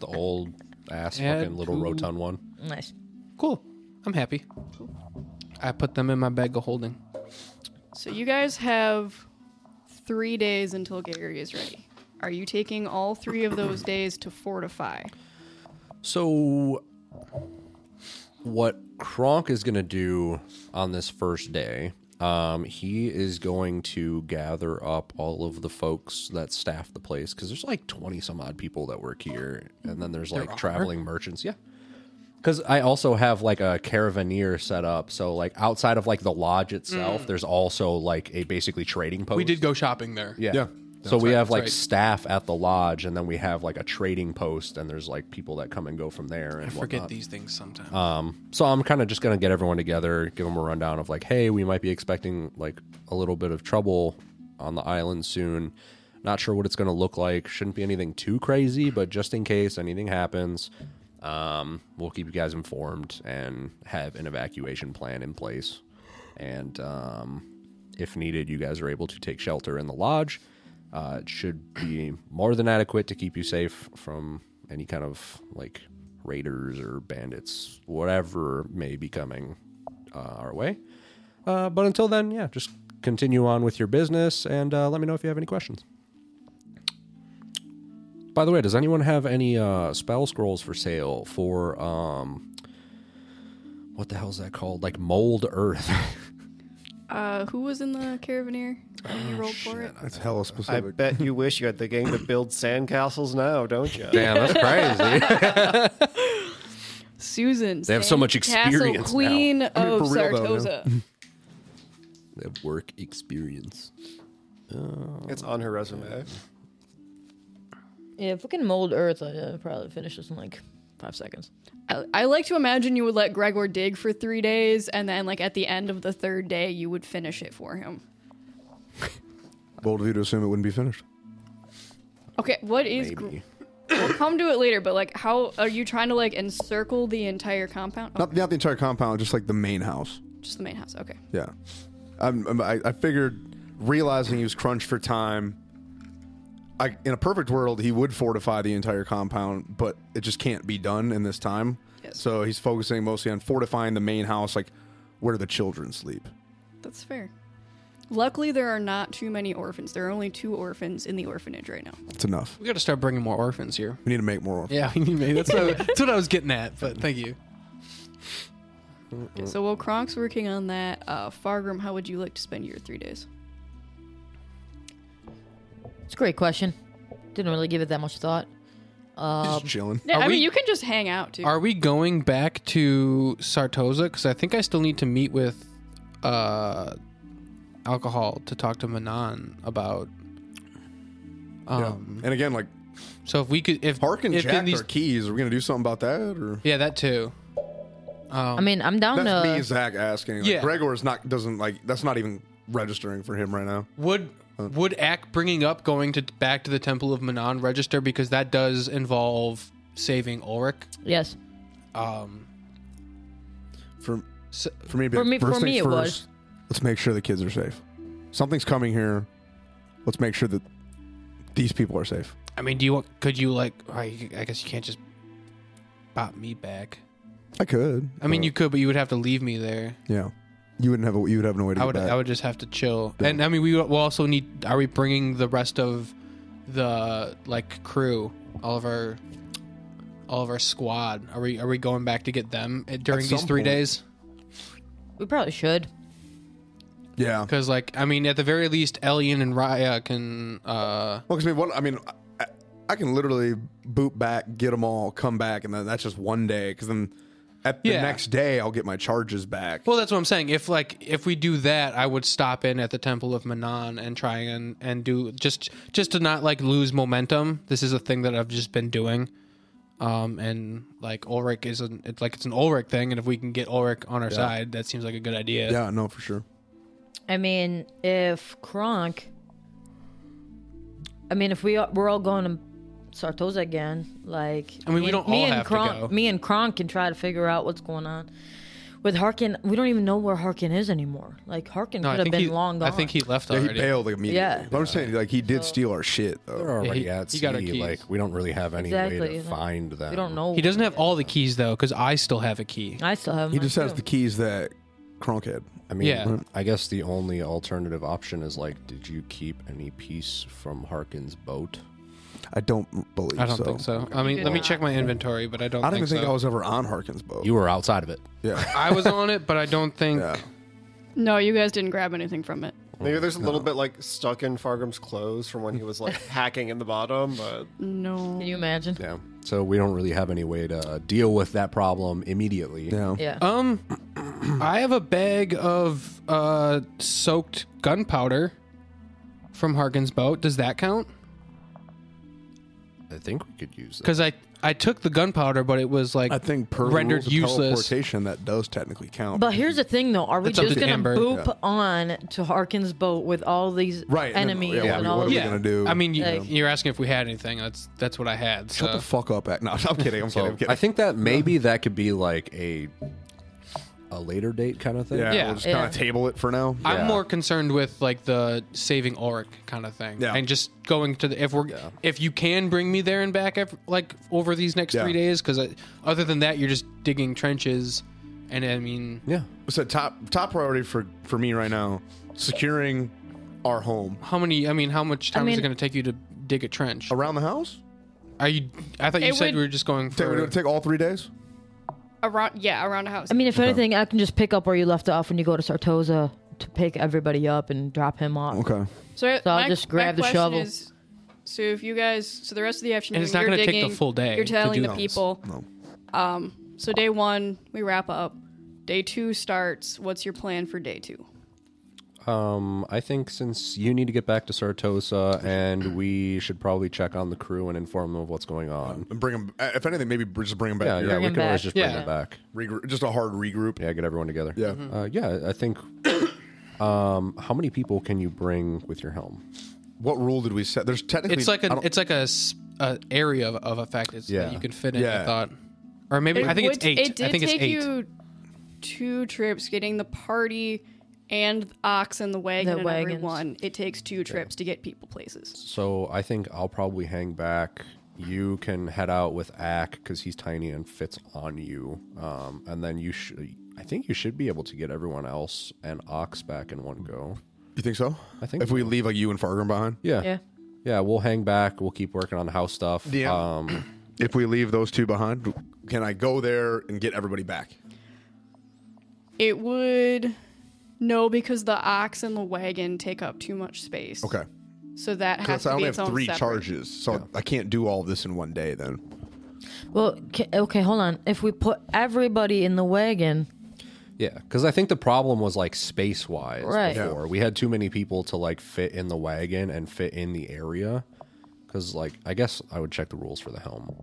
Speaker 3: The old ass
Speaker 4: Add
Speaker 3: fucking little
Speaker 4: two.
Speaker 3: rotund one.
Speaker 1: Nice.
Speaker 4: Cool. I'm happy. I put them in my bag of holding.
Speaker 6: So you guys have three days until Gary is ready. Are you taking all three of those days to fortify?
Speaker 3: So, what Kronk is going to do on this first day Um, he is going to gather up all of the folks that staff the place because there's like 20 some odd people that work here, and then there's like traveling merchants. Yeah. Because I also have like a caravaneer set up. So, like, outside of like the lodge itself, there's also like a basically trading post.
Speaker 4: Mm. We did go shopping there.
Speaker 3: Yeah.
Speaker 2: Yeah.
Speaker 3: So we
Speaker 4: right,
Speaker 3: have
Speaker 4: that's
Speaker 3: like
Speaker 4: right.
Speaker 3: staff at the lodge, and then we have like a trading post, and there's like people that come and go from there.
Speaker 4: I
Speaker 3: And
Speaker 4: forget
Speaker 3: whatnot.
Speaker 4: these things sometimes.
Speaker 1: Uh,
Speaker 3: So I'm kind of just gonna get everyone together, give them a rundown of like, hey, we might be expecting like a little bit of trouble on the island soon. Not sure what it's gonna look like. Shouldn't be anything too crazy, but just in case anything happens, um, we'll keep you guys informed and have an evacuation plan in place. And um, if needed, you guys are able to take shelter in the lodge. Uh, it should be more than adequate to keep you safe from any kind of like raiders or bandits, whatever may be coming uh, our way. Uh, but until then, yeah, just continue on with your business and uh, let me know if you have any questions. By the way, does anyone have any uh, spell scrolls for sale for um, what the hell is that called? Like mold earth.
Speaker 6: Uh, who was in the caravaneer when
Speaker 4: Ah,
Speaker 6: you rolled for it?
Speaker 2: That's hella
Speaker 5: I
Speaker 2: specific.
Speaker 5: bet you wish you had the game to build sandcastles now, don't you?
Speaker 3: Damn, that's crazy.
Speaker 6: Susan.
Speaker 3: They have so much experience now.
Speaker 6: Castle Queen of
Speaker 2: for real though,
Speaker 6: Sartosa.
Speaker 3: They have work experience.
Speaker 5: It's on her resume.
Speaker 1: Yeah, if we can mold Earth, I'd uh, probably finish this in like five seconds.
Speaker 6: I, I like to imagine you would let Gregor dig for three days, and then like at the end of the third day, you would finish it for him.
Speaker 2: Bold of you to assume it wouldn't be finished.
Speaker 6: Okay, what is? Gr-
Speaker 3: Maybe.
Speaker 6: we'll come to it later, but like, how are you trying to like encircle the entire compound? Oh,
Speaker 2: Not, not the entire compound, just like the main house.
Speaker 6: just the main house. Okay.
Speaker 2: Yeah. I'm, I'm- I, I figured, realizing he was crunched for time, I, in a perfect world, he would fortify the entire compound, but it just can't be done in this time.
Speaker 6: Yes.
Speaker 2: So he's focusing mostly on fortifying the main house, like where the children sleep.
Speaker 6: That's fair. Luckily, there are not too many orphans. There are only two orphans in the orphanage right now.
Speaker 2: It's enough.
Speaker 4: we got to start bringing more orphans here.
Speaker 2: We need to make more.
Speaker 4: Yeah, we need maybe that's what, that's what I was getting at. But thank you.
Speaker 6: Okay, so while Kronk's working on that, uh, Fargrim, how would you like to spend your three days?
Speaker 1: It's a great question. Didn't really give it that much thought. Um,
Speaker 2: Just chilling.
Speaker 6: Yeah,
Speaker 4: Are
Speaker 6: I
Speaker 4: we-
Speaker 6: mean, you can just hang out too.
Speaker 4: Are we going back to Sartosa? Because I think I still need to meet with uh, alcohol to talk to Manon about. Um,
Speaker 2: And again, like
Speaker 4: So if we could, if
Speaker 2: Hark and
Speaker 4: if in
Speaker 2: Jack
Speaker 4: these-
Speaker 2: are keys. Are we gonna do something about that? Or
Speaker 4: yeah, that too. Um,
Speaker 1: I mean, I'm down
Speaker 2: that's me,
Speaker 1: to.
Speaker 2: Zach asking. Like,
Speaker 4: Yeah.
Speaker 2: Gregor's not doesn't like that's not even registering for him right now.
Speaker 4: Would
Speaker 2: uh,
Speaker 4: would act bringing up going to back to the Temple of Manon register because that does involve saving Ulrich.
Speaker 1: Yes.
Speaker 4: Um,
Speaker 2: For
Speaker 4: So-
Speaker 2: for me, to be
Speaker 1: For
Speaker 2: like,
Speaker 1: me-
Speaker 2: first
Speaker 1: for me
Speaker 2: things
Speaker 1: it was.
Speaker 2: first, Let's make sure the kids are safe. Something's coming here. Let's make sure that these people are safe.
Speaker 4: I mean, do you want- could you like? I I guess you can't just bop me back.
Speaker 2: I could.
Speaker 4: I mean,
Speaker 2: but-
Speaker 4: you could, but you would have to leave me there.
Speaker 2: Yeah. You wouldn't have a, you would have no way to
Speaker 4: I
Speaker 2: get
Speaker 4: would
Speaker 2: back.
Speaker 4: I would just have to chill. And I mean, we will also need. Are we bringing the rest of the like crew, all of our all of our squad? Are we are we going back to get them uh, during these
Speaker 2: some
Speaker 4: three
Speaker 2: point.
Speaker 4: days?
Speaker 1: We probably should.
Speaker 2: yeah.
Speaker 4: Because like I mean, at the very least, Elian and Raya can. uh
Speaker 2: Well, 'cause I mean, what I mean, I, I can literally boot back, get them all, come back, and then that's just one day. Because then at the
Speaker 4: Yeah.
Speaker 2: next day, I'll get my charges back.
Speaker 4: Well, that's what I'm saying. If like if we do that, I would stop in at the Temple of Manon and try and and do just just to not like lose momentum. This is a thing that I've just been doing. Um, and like Ulrich is an it's like it's an Ulrich thing, and if we can get Ulrich on our side, that seems like a good idea.
Speaker 2: yeah, no, for sure.
Speaker 1: I mean, if Kronk. I mean, if we are, we're all going to Sartosa again, like
Speaker 4: I mean, we
Speaker 1: me and-
Speaker 4: don't
Speaker 1: me
Speaker 4: all
Speaker 1: and
Speaker 4: have to
Speaker 1: Kronk,
Speaker 4: go.
Speaker 1: Me and Kronk can try to figure out what's going on. With Harkin, we don't even know where Harkin is anymore. Like Harkin
Speaker 4: No,
Speaker 1: could
Speaker 4: I
Speaker 1: have
Speaker 4: think
Speaker 1: been
Speaker 4: he
Speaker 1: long gone.
Speaker 4: I think he left
Speaker 2: Yeah, he
Speaker 4: already.
Speaker 2: bailed immediately.
Speaker 1: Yeah.
Speaker 2: But I'm saying, like, he did steal our shit,
Speaker 3: They're
Speaker 2: though.
Speaker 3: already
Speaker 4: he-
Speaker 3: at
Speaker 4: he
Speaker 3: sea.
Speaker 4: got our keys.
Speaker 3: Like we don't really have any way
Speaker 1: Exactly,
Speaker 3: to
Speaker 1: like,
Speaker 3: find them.
Speaker 1: we don't know.
Speaker 4: He doesn't have all the keys though, because I still have a key.
Speaker 1: I still have.
Speaker 2: He
Speaker 1: mine,
Speaker 2: just has
Speaker 1: too.
Speaker 2: the keys that Kronk had.
Speaker 3: I mean,
Speaker 4: Yeah.
Speaker 3: I guess the only alternative option is like, did you keep any piece from Harkin's boat?
Speaker 2: I don't believe
Speaker 4: I don't
Speaker 2: so.
Speaker 4: think so. I mean,
Speaker 6: did
Speaker 4: let me
Speaker 6: not.
Speaker 4: check my inventory, but I don't.
Speaker 2: I don't even think
Speaker 4: so.
Speaker 2: I was ever on Harkin's boat.
Speaker 3: You were outside of it.
Speaker 2: yeah.
Speaker 4: I was on it, but I don't think.
Speaker 2: Yeah.
Speaker 6: No, you guys didn't grab anything from it.
Speaker 5: Maybe there's a little bit like stuck in Fargrim's clothes from when he was like hacking in the bottom, but
Speaker 6: No.
Speaker 1: Can you imagine?
Speaker 3: Yeah. So we don't really have any way to deal with that problem immediately.
Speaker 2: Yeah.
Speaker 1: Yeah.
Speaker 4: Um, I have a bag of uh soaked gunpowder from Harkin's boat. Does that count?
Speaker 3: I think we could use that.
Speaker 4: Because I I took the gunpowder, but it was like
Speaker 2: I think per
Speaker 4: rendered
Speaker 2: rendered rules
Speaker 4: useless.
Speaker 2: useless teleportation that does technically count.
Speaker 1: But here's the thing, though. Are we
Speaker 4: That's up
Speaker 1: just
Speaker 4: to
Speaker 1: gonna
Speaker 4: Amber.
Speaker 1: boop on to Harkin's boat with all these
Speaker 2: Right, and then-
Speaker 1: enemies and,
Speaker 2: yeah, what are we-
Speaker 1: all
Speaker 2: what
Speaker 1: of
Speaker 2: are we
Speaker 1: yeah.
Speaker 4: yeah.
Speaker 2: gonna do?
Speaker 4: I mean, you,
Speaker 1: Like-
Speaker 4: you're asking if we had anything. That's that's what I had. So.
Speaker 2: Shut the fuck up, Act. No, I'm kidding. I'm
Speaker 3: So
Speaker 2: kidding. I'm kidding.
Speaker 3: I think that maybe that could be like a a later date kind of thing.
Speaker 2: yeah,
Speaker 4: Yeah.
Speaker 2: we'll just
Speaker 1: Yeah.
Speaker 2: kind of table it for now.
Speaker 4: I'm
Speaker 3: Yeah.
Speaker 4: more concerned with like the saving Ulrich kind of thing,
Speaker 2: Yeah.
Speaker 4: and just going to the if we're if you can bring me there and back ev- like over these next
Speaker 2: Yeah.
Speaker 4: three days, because other than that, you're just digging trenches, and I mean,
Speaker 3: Yeah.
Speaker 2: So top top priority for for me right now, securing our home
Speaker 4: how many? I mean, how much time is it
Speaker 1: mean-
Speaker 4: going to take you to dig a trench?
Speaker 2: around the house.
Speaker 4: Are you? I thought you
Speaker 6: It
Speaker 4: said
Speaker 6: would-
Speaker 4: we were just going
Speaker 2: Take,
Speaker 4: for.
Speaker 2: take all three days.
Speaker 6: Around, yeah, around a house.
Speaker 1: I mean, if anything, I can just pick up where you left off when you go to Sartosa to pick everybody up and drop him off.
Speaker 2: Okay.
Speaker 6: so,
Speaker 1: So I'll just grab the
Speaker 6: question
Speaker 1: shovel.
Speaker 6: Is, so if you guys, so the rest of the afternoon,
Speaker 4: And it's not
Speaker 6: you're
Speaker 4: going to
Speaker 6: digging,
Speaker 4: take the full day.
Speaker 6: You're telling
Speaker 4: to do
Speaker 6: the
Speaker 4: this.
Speaker 6: people. Um,
Speaker 2: No.
Speaker 6: So day one, we wrap up. Day two starts. What's your plan for day two?
Speaker 3: Um, I think since you need to get back to Sartosa, and we should probably check on the crew and inform them of what's going on.
Speaker 2: And bring them. If anything, maybe br- just bring them back.
Speaker 3: Yeah,
Speaker 2: here.
Speaker 3: yeah. We
Speaker 1: him
Speaker 3: can always
Speaker 1: back.
Speaker 3: just bring
Speaker 4: Yeah.
Speaker 3: them back.
Speaker 2: Regr- just a hard regroup.
Speaker 3: Yeah, get everyone together.
Speaker 2: Yeah.
Speaker 3: Uh, yeah, I think. Um, how many people can you bring with your helm?
Speaker 2: What rule did we set? There's technically
Speaker 4: It's like
Speaker 2: I
Speaker 4: a
Speaker 2: don't-
Speaker 4: it's like a, s- a area of, of effect it's,
Speaker 3: Yeah.
Speaker 4: that you can fit in.
Speaker 2: Yeah.
Speaker 4: I thought, or maybe I think
Speaker 6: would-
Speaker 4: it's eight.
Speaker 6: It did
Speaker 4: I think
Speaker 6: take
Speaker 4: it's eight.
Speaker 6: you two trips getting the party and the ox and the wagon
Speaker 1: The
Speaker 6: and
Speaker 1: wagons.
Speaker 6: everyone. It takes two trips to get people places.
Speaker 3: So I think I'll probably hang back. You can head out with Ack because he's tiny and fits on you. Um, and then you should. I think you should be able to get everyone else and Ox back in one go.
Speaker 2: You think so?
Speaker 3: I think
Speaker 2: if we leave like you and Fargrim behind,
Speaker 3: Yeah.
Speaker 1: Yeah.
Speaker 3: Yeah, we'll hang back. We'll keep working on the house stuff.
Speaker 2: Yeah.
Speaker 3: Um,
Speaker 2: if we leave those two behind, can I go there and get everybody back?
Speaker 6: It would no because the ox and the wagon take up too much space.
Speaker 2: Okay.
Speaker 6: So that has
Speaker 2: Because
Speaker 6: to
Speaker 2: I
Speaker 6: be
Speaker 2: only
Speaker 6: its
Speaker 2: have
Speaker 6: own
Speaker 2: three
Speaker 6: separate.
Speaker 2: charges, so I can't do all of this in one day. Then
Speaker 1: Well, ca okay, hold on. If we put everybody in the wagon,
Speaker 3: yeah, because I think the problem was like space wise
Speaker 1: Right. Yeah.
Speaker 3: before. We had too many people to like fit in the wagon and fit in the area. Because like I guess I would check the rules for the helm.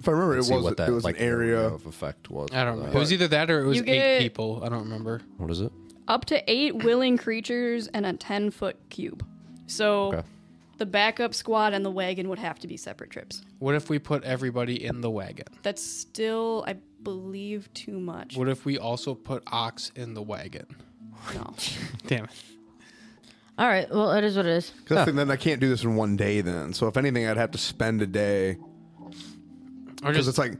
Speaker 2: if I remember, it was
Speaker 3: See what that
Speaker 2: it was
Speaker 3: like
Speaker 2: an area.
Speaker 3: of effect was.
Speaker 4: I don't
Speaker 3: for
Speaker 4: know.
Speaker 3: that.
Speaker 4: It was either that or it was
Speaker 6: You
Speaker 4: eight
Speaker 6: get-
Speaker 4: people. I don't remember.
Speaker 3: What is it?
Speaker 6: Up to eight willing creatures and a ten foot cube. So
Speaker 3: Okay.
Speaker 6: the backup squad and the wagon would have to be separate trips.
Speaker 4: What if we put everybody in the wagon?
Speaker 6: That's still, I believe, too much.
Speaker 4: What if we also put Ox in the wagon?
Speaker 6: No.
Speaker 4: Damn it.
Speaker 1: all right. Well, it is what it is.
Speaker 2: 'Cause I think then I can't do this in one day. Then, so if anything, I'd have to spend a day
Speaker 4: Or
Speaker 2: because
Speaker 4: just
Speaker 2: it's like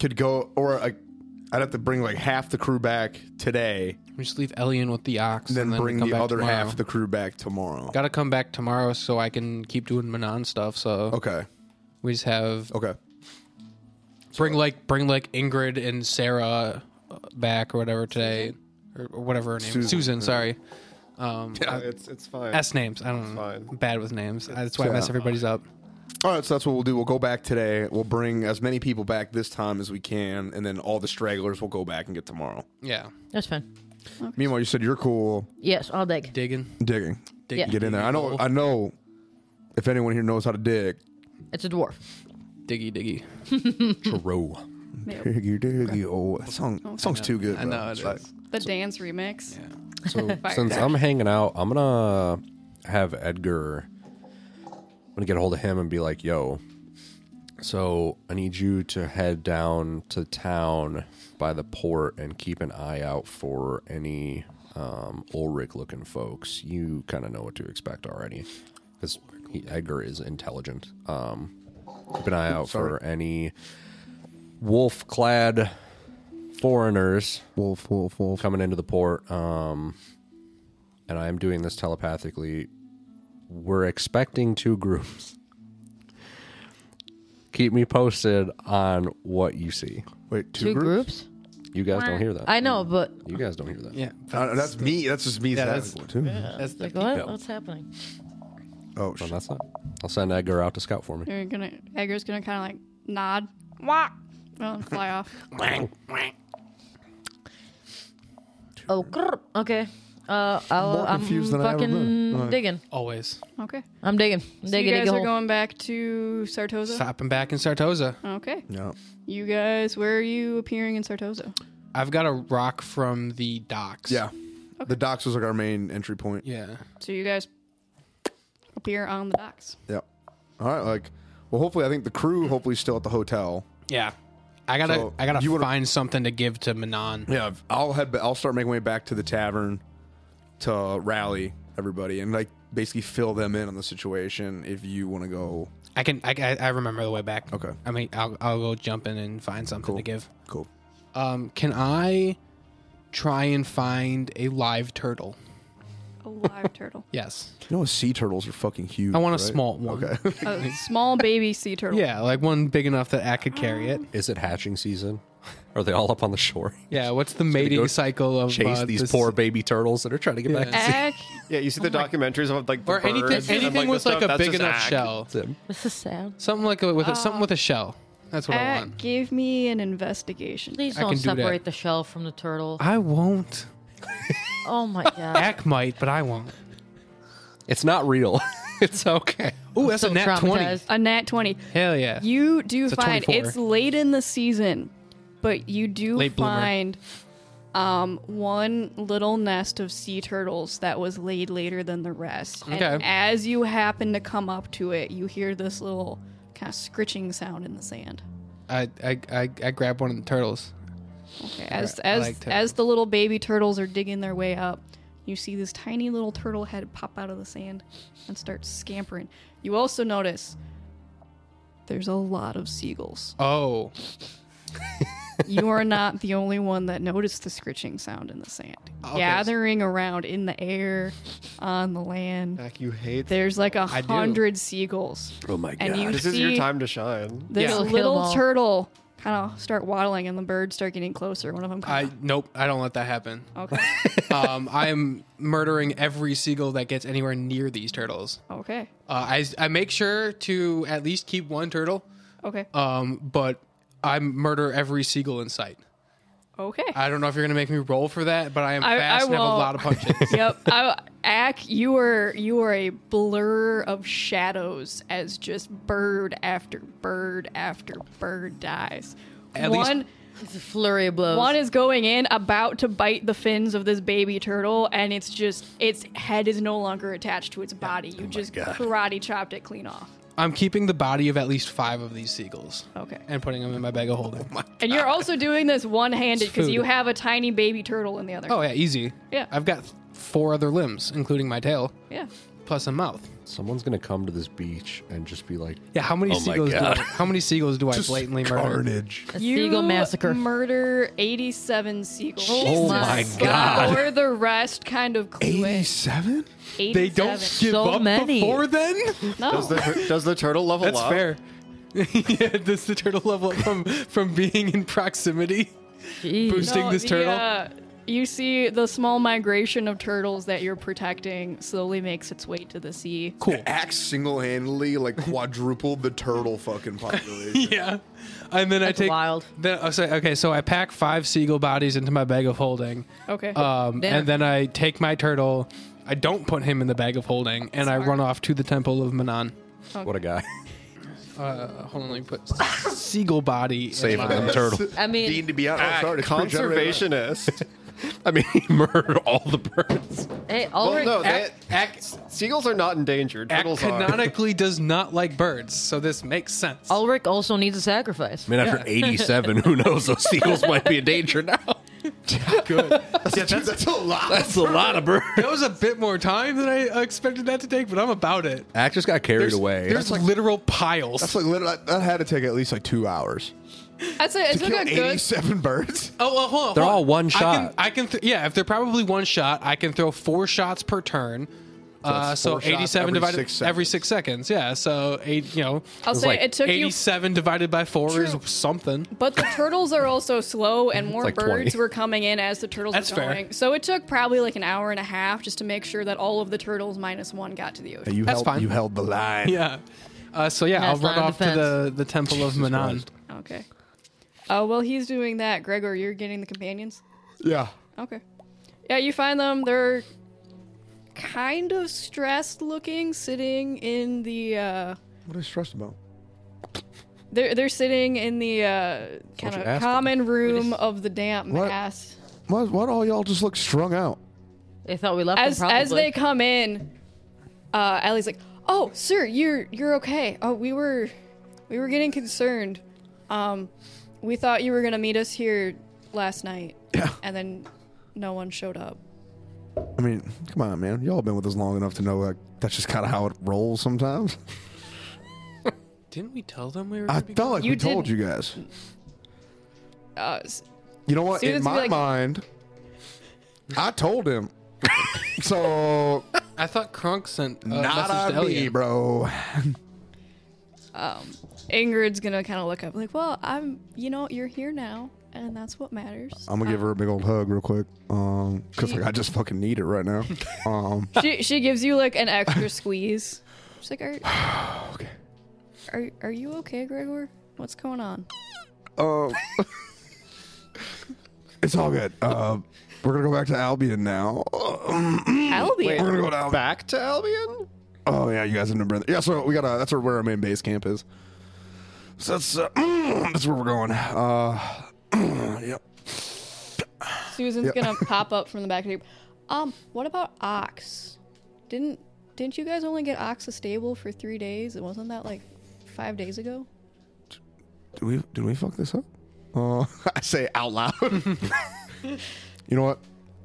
Speaker 2: could go or like I'd have to bring like half the crew back today,
Speaker 4: we just leave Elian with the Ox,
Speaker 2: then,
Speaker 4: and then
Speaker 2: bring
Speaker 4: come
Speaker 2: the
Speaker 4: back
Speaker 2: other
Speaker 4: tomorrow.
Speaker 2: half of the crew back tomorrow.
Speaker 4: Got to come back tomorrow so I can keep doing Manon stuff. So
Speaker 2: Okay.
Speaker 4: we just have
Speaker 2: Okay.
Speaker 4: bring like bring like Ingrid and Sarah uh, back or whatever today or, or whatever her name. Susan,
Speaker 2: Susan,
Speaker 4: Susan sorry. Um,
Speaker 5: uh,
Speaker 4: I-
Speaker 5: it's it's fine.
Speaker 4: S names. I don't know.
Speaker 5: fine.
Speaker 4: I'm bad with names. I- That's why I mess
Speaker 2: Yeah.
Speaker 4: everybody's up.
Speaker 2: All right, so that's what we'll do. We'll go back today. We'll bring as many people back this time as we can, and then all the stragglers will go back and get tomorrow.
Speaker 4: Yeah,
Speaker 1: That's fine.
Speaker 2: Meanwhile, you said you're cool
Speaker 1: Yes, I'll dig.
Speaker 4: digging.
Speaker 2: digging.
Speaker 4: digging
Speaker 2: Get in there. I know. I know. If anyone here knows how to dig,
Speaker 1: It's a dwarf.
Speaker 4: diggy diggy.
Speaker 3: True.
Speaker 2: diggy diggy. Oh, that song. that song's too good.
Speaker 4: I
Speaker 2: bro.
Speaker 4: know it
Speaker 2: It's
Speaker 4: is.
Speaker 2: like-
Speaker 6: The dance remix.
Speaker 3: So
Speaker 6: Fire.
Speaker 3: since I'm hanging out, I'm gonna have Edgar. I'm gonna get a hold of him and be like, "Yo, so I need you to head down to town by the port and keep an eye out for any um, Ulrich-looking folks. You kind of know what to expect already, because Edgar is intelligent. Um, keep an eye out for any wolf-clad foreigners."
Speaker 2: Wolf, wolf, wolf.
Speaker 3: coming into the port um and i'm doing this telepathically we're expecting two groups keep me posted on what you see
Speaker 2: Wait, two,
Speaker 1: Two
Speaker 2: groups?
Speaker 1: groups.
Speaker 3: You guys don't hear that.
Speaker 1: I know, but
Speaker 3: You guys don't hear that.
Speaker 4: Yeah,
Speaker 2: Uh, that's me. That's just me.
Speaker 4: Yeah,
Speaker 2: Yeah,
Speaker 4: that's-
Speaker 2: too.
Speaker 4: that's
Speaker 1: like
Speaker 4: the
Speaker 1: what?
Speaker 3: Yeah.
Speaker 1: What's happening?
Speaker 2: Oh,
Speaker 3: Well,
Speaker 2: shit.
Speaker 3: that's not. I'll send Edgar out to scout for me.
Speaker 6: They're gonna Edgar's gonna kind of like nod, wah, well, and fly off.
Speaker 1: Oh, grr. okay. Uh, I'll,
Speaker 2: More
Speaker 1: I'm
Speaker 2: confused than I ever
Speaker 1: fucking
Speaker 2: been. Alright.
Speaker 1: digging.
Speaker 4: always
Speaker 6: Okay,
Speaker 1: I'm digging. I'm
Speaker 6: so you
Speaker 1: digging.
Speaker 6: guys
Speaker 1: digging
Speaker 6: are
Speaker 1: hole.
Speaker 6: going back to Sartosa.
Speaker 4: stopping back in Sartosa.
Speaker 6: Okay,
Speaker 2: Yeah.
Speaker 6: you guys, where are you appearing in Sartosa?
Speaker 4: I've got a rock from the docks.
Speaker 2: Yeah. The docks was like our main entry point.
Speaker 4: yeah.
Speaker 6: So you guys appear on the docks.
Speaker 2: Yeah. All right. Like, well, hopefully, I think the crew hopefully is still at the hotel.
Speaker 4: Yeah. I gotta,
Speaker 2: So,
Speaker 4: I gotta
Speaker 2: you would've-
Speaker 4: find something to give to Manon.
Speaker 2: Yeah. I'll head. ba- I'll start making my way back to the tavern to rally everybody and like basically fill them in on the situation. If you want to go,
Speaker 4: I can, I, I I remember the way back.
Speaker 2: Okay.
Speaker 4: I mean, I'll, I'll go jump in and find something to give.
Speaker 2: cool.
Speaker 4: Um, can I try and find a live turtle?
Speaker 6: A live turtle,
Speaker 4: Yes.
Speaker 2: You know, sea turtles are fucking huge.
Speaker 4: I want a
Speaker 2: right?
Speaker 4: small one.
Speaker 2: Okay.
Speaker 6: a small baby sea turtle.
Speaker 4: Yeah, like one big enough that I could carry it.
Speaker 3: Is it hatching season? Are they all up on the shore?
Speaker 4: Yeah, what's the
Speaker 3: go
Speaker 4: mating cycle of
Speaker 3: Chase
Speaker 4: uh,
Speaker 3: these
Speaker 4: this-
Speaker 3: poor baby turtles that are trying to get back. To sea.
Speaker 6: Ac-
Speaker 5: Yeah, you see the documentaries of like the
Speaker 4: Oh or anything,
Speaker 5: birds and,
Speaker 4: anything
Speaker 5: like, the
Speaker 4: with
Speaker 5: stuff,
Speaker 4: like a
Speaker 5: that's
Speaker 4: big
Speaker 5: just
Speaker 4: enough
Speaker 5: act.
Speaker 4: shell.
Speaker 1: This is sad.
Speaker 4: Something like a, with a, something with a shell. That's what I
Speaker 6: ac-
Speaker 4: want.
Speaker 6: give me an investigation.
Speaker 1: Please
Speaker 4: I
Speaker 1: don't
Speaker 4: can do that.
Speaker 1: separate the shell from the turtle.
Speaker 4: I won't.
Speaker 1: Oh my god.
Speaker 4: Ack might, but I won't.
Speaker 3: It's not real. it's okay.
Speaker 4: Ooh, that's
Speaker 1: So
Speaker 4: a nat twenty.
Speaker 1: traumatized.
Speaker 6: A nat twenty.
Speaker 4: Hell yeah.
Speaker 6: You do
Speaker 4: a
Speaker 6: find
Speaker 4: 24.
Speaker 6: it's late in the season, but you do
Speaker 4: Late bloomer.
Speaker 6: find um, one little nest of sea turtles that was laid later than the rest.
Speaker 4: Okay.
Speaker 6: And as you happen to come up to it, you hear this little kind of scritching sound in the sand.
Speaker 4: I, I I I grab one of the turtles.
Speaker 6: Okay. As
Speaker 4: I
Speaker 6: as
Speaker 4: like turtles.
Speaker 6: as the little baby turtles are digging their way up, you see this tiny little turtle head pop out of the sand and start scampering. You also notice there's a lot of seagulls.
Speaker 4: Oh,
Speaker 6: you are not the only one that noticed the scritching sound in the sand.
Speaker 4: Okay.
Speaker 6: Gathering around in the air, on the land.
Speaker 5: Like, you hate.
Speaker 6: There's like a
Speaker 4: Uh, do.
Speaker 6: hundred seagulls.
Speaker 3: Oh my
Speaker 6: And you
Speaker 5: This
Speaker 6: see
Speaker 5: is your time to shine.
Speaker 6: this
Speaker 4: Yeah. Kill-
Speaker 1: kill them
Speaker 6: little
Speaker 1: all.
Speaker 6: turtle kind of start waddling, and the birds start getting closer. One of them.
Speaker 4: I nope. I don't let that happen.
Speaker 6: okay.
Speaker 4: Um, I am murdering every seagull that gets anywhere near these turtles.
Speaker 6: okay.
Speaker 4: Uh, I I make sure to at least keep one turtle.
Speaker 6: Okay.
Speaker 4: Um, but I murder every seagull in sight.
Speaker 6: Okay.
Speaker 4: I don't know if you're gonna make me roll for that, but I am
Speaker 6: I-
Speaker 4: fast
Speaker 6: I
Speaker 4: and have a
Speaker 6: won't.
Speaker 4: lot of punches.
Speaker 6: yep. I, Ack, you are you are a blur of shadows as just bird after bird after bird dies.
Speaker 4: At least-
Speaker 6: one.
Speaker 1: It's a flurry of blows.
Speaker 6: One is going in, about to bite the fins of this baby turtle, and it's just its head is no longer attached to its body.
Speaker 4: Oh
Speaker 6: You just karate chopped it clean off.
Speaker 4: I'm keeping the body of at least five of these seagulls
Speaker 6: Okay.
Speaker 4: and putting them in my bag of holding.
Speaker 6: And you're also doing this one handed because
Speaker 4: food.
Speaker 6: you have a tiny baby turtle in the other.
Speaker 4: Oh yeah, easy.
Speaker 6: Yeah.
Speaker 4: I've got four other limbs, including my tail,
Speaker 6: yeah.
Speaker 4: plus a mouth.
Speaker 3: Someone's gonna come to this beach and just be like,
Speaker 4: Yeah, how many
Speaker 3: Oh my
Speaker 4: seagulls? Do I,
Speaker 3: God.
Speaker 4: how many seagulls do I
Speaker 2: Just
Speaker 4: blatantly murder?
Speaker 2: carnage.
Speaker 1: a
Speaker 6: You
Speaker 1: seagull massacre.
Speaker 6: murder 87 seagulls.
Speaker 1: Oh my Jesus.
Speaker 3: God.
Speaker 6: Or the rest kind of clue it.
Speaker 2: Eighty-seven.
Speaker 6: 87.
Speaker 4: They don't give
Speaker 1: So
Speaker 4: up
Speaker 1: many.
Speaker 4: before then.
Speaker 6: No.
Speaker 5: Does the, does the turtle level
Speaker 4: That's
Speaker 5: up?
Speaker 4: fair. yeah, does the turtle level up from from being in proximity?
Speaker 1: Jeez.
Speaker 4: Boost- Sting this turtle?
Speaker 6: uh, you see the small migration of turtles that you're protecting slowly makes its way to the sea.
Speaker 4: Cool.
Speaker 2: Axe single-handedly like quadrupled the turtle fucking population.
Speaker 4: Yeah, and then
Speaker 1: That's
Speaker 4: I take
Speaker 1: wild.
Speaker 4: Then oh, so- okay, so I pack five seagull bodies into my bag of holding,
Speaker 6: Okay.
Speaker 4: um,
Speaker 1: Damn.
Speaker 4: and then I take my turtle. I don't put him in the bag of holding, and I run off to the temple of Manon.
Speaker 3: "What a guy!
Speaker 4: Uh, hold on, let me put seagull body. in
Speaker 3: Save
Speaker 4: my-
Speaker 3: them turtle."
Speaker 1: I
Speaker 2: Dean,
Speaker 1: mean,
Speaker 2: to be honest, I'm sorry, it's pretty generative.
Speaker 5: Conservationist.
Speaker 3: I mean, he murdered all the birds.
Speaker 1: hey,
Speaker 5: well,
Speaker 1: Ulrich.
Speaker 5: no, they,
Speaker 4: Ack, Ack,
Speaker 5: seagulls are not endangered.
Speaker 4: Ack
Speaker 5: Turtles are.
Speaker 4: canonically does not like birds, so this makes sense.
Speaker 1: Ulrich also needs a sacrifice.
Speaker 3: I mean, after eighty-seven, who knows? Those seagulls might be in danger now.
Speaker 2: Yeah, that's, a lot.
Speaker 3: That's a lot of birds.
Speaker 4: that was a bit more time than I expected that to take, but I'm about it.
Speaker 3: Ack just got carried away.
Speaker 4: There's literal piles.
Speaker 2: That's like literally, that had to take at least like two hours.
Speaker 6: That's a, it's
Speaker 2: to
Speaker 6: like
Speaker 2: kill
Speaker 6: a good.
Speaker 2: 87 birds?
Speaker 4: Oh, well, hold on.
Speaker 3: They're
Speaker 4: hold on.
Speaker 3: all one
Speaker 4: I can,
Speaker 3: shot.
Speaker 4: I can th- yeah. If they're probably one shot, I can throw four shots per turn. Uh,
Speaker 2: that's
Speaker 4: so
Speaker 2: four shots
Speaker 4: 87
Speaker 2: every
Speaker 4: divided
Speaker 2: six
Speaker 4: every
Speaker 2: seconds.
Speaker 4: six seconds. Yeah. So eight, you know,
Speaker 6: I'll say
Speaker 3: like
Speaker 6: it took you
Speaker 4: 87 divided by four is
Speaker 6: True.
Speaker 4: something.
Speaker 6: But the turtles are also slow, and more
Speaker 3: like 20.
Speaker 6: birds were coming in as the turtles
Speaker 4: That's
Speaker 6: were
Speaker 4: fair.
Speaker 6: going. So it took probably like an hour and a half just to make sure that all of the turtles minus one got to the
Speaker 2: Hey,
Speaker 6: ocean.
Speaker 2: you
Speaker 4: That's
Speaker 2: held
Speaker 4: fine.
Speaker 2: you held the line.
Speaker 4: Yeah. Uh, so yeah,
Speaker 1: Last
Speaker 4: I'll run
Speaker 1: line of
Speaker 4: off to the, the temple of Manan.
Speaker 6: Okay. Uh, well, he's doing that. Gregor, you're getting the companions.
Speaker 2: Yeah.
Speaker 6: Okay. Yeah, you find them. They're kind of stressed looking, sitting in the. Uh,
Speaker 2: What is stressed about?
Speaker 6: they're they're sitting in the uh, kind
Speaker 3: you
Speaker 6: of
Speaker 3: ask
Speaker 6: common room of the damp
Speaker 2: What?
Speaker 6: mass.
Speaker 2: Why, why do all y'all just look strung out?
Speaker 1: They thought we left
Speaker 6: as
Speaker 1: them probably.
Speaker 6: as they come in, uh, Allie's like, "Oh, sir, you're you're okay. Oh, we were we were getting concerned. Um, we thought you were gonna meet us here last night,
Speaker 2: Yeah.
Speaker 6: and then no one showed up.
Speaker 2: I mean, come on, man. Y'all been with us long enough to know like that's just kind of how it rolls sometimes.
Speaker 4: Didn't we tell them we were?
Speaker 2: I
Speaker 4: gonna be
Speaker 2: felt like
Speaker 6: You
Speaker 2: we told
Speaker 6: didn't-
Speaker 2: you guys.
Speaker 6: Uh, s-
Speaker 2: You know what? In
Speaker 6: Students be
Speaker 2: my
Speaker 6: like-
Speaker 2: mind, I told him. so
Speaker 4: gone? I thought Krunk sent a
Speaker 2: not
Speaker 4: message to
Speaker 2: on me,
Speaker 4: Elliot.
Speaker 2: bro.
Speaker 6: um, Ingrid's gonna kind of look up, like, well, I'm, you know, you're here now, and that's what matters.
Speaker 2: I'm gonna give her a big old hug real quick, um, cause like I just fucking need it right now. Um,
Speaker 6: she she gives you like an extra squeeze. She's like, are
Speaker 2: okay.
Speaker 6: are are you okay, Gregor? What's going on?
Speaker 2: Uh, it's all good. Uh, we're gonna go back to Albion now. Uh,
Speaker 6: Albion.
Speaker 2: We're gonna go to Albion.
Speaker 5: Back to Albion?
Speaker 2: Oh yeah, you guys have never been. Yeah, so we got to That's where, where our main base camp is. So that's uh, that's where we're going. Uh, yep.
Speaker 6: Susan's
Speaker 2: Yep.
Speaker 6: gonna pop up from the back of the group. Um, what about Ox? Didn't didn't you guys only get Ox a stable for three days? It wasn't that like five days ago?
Speaker 2: Did we did we fuck this up? Uh, I say out loud. you know what?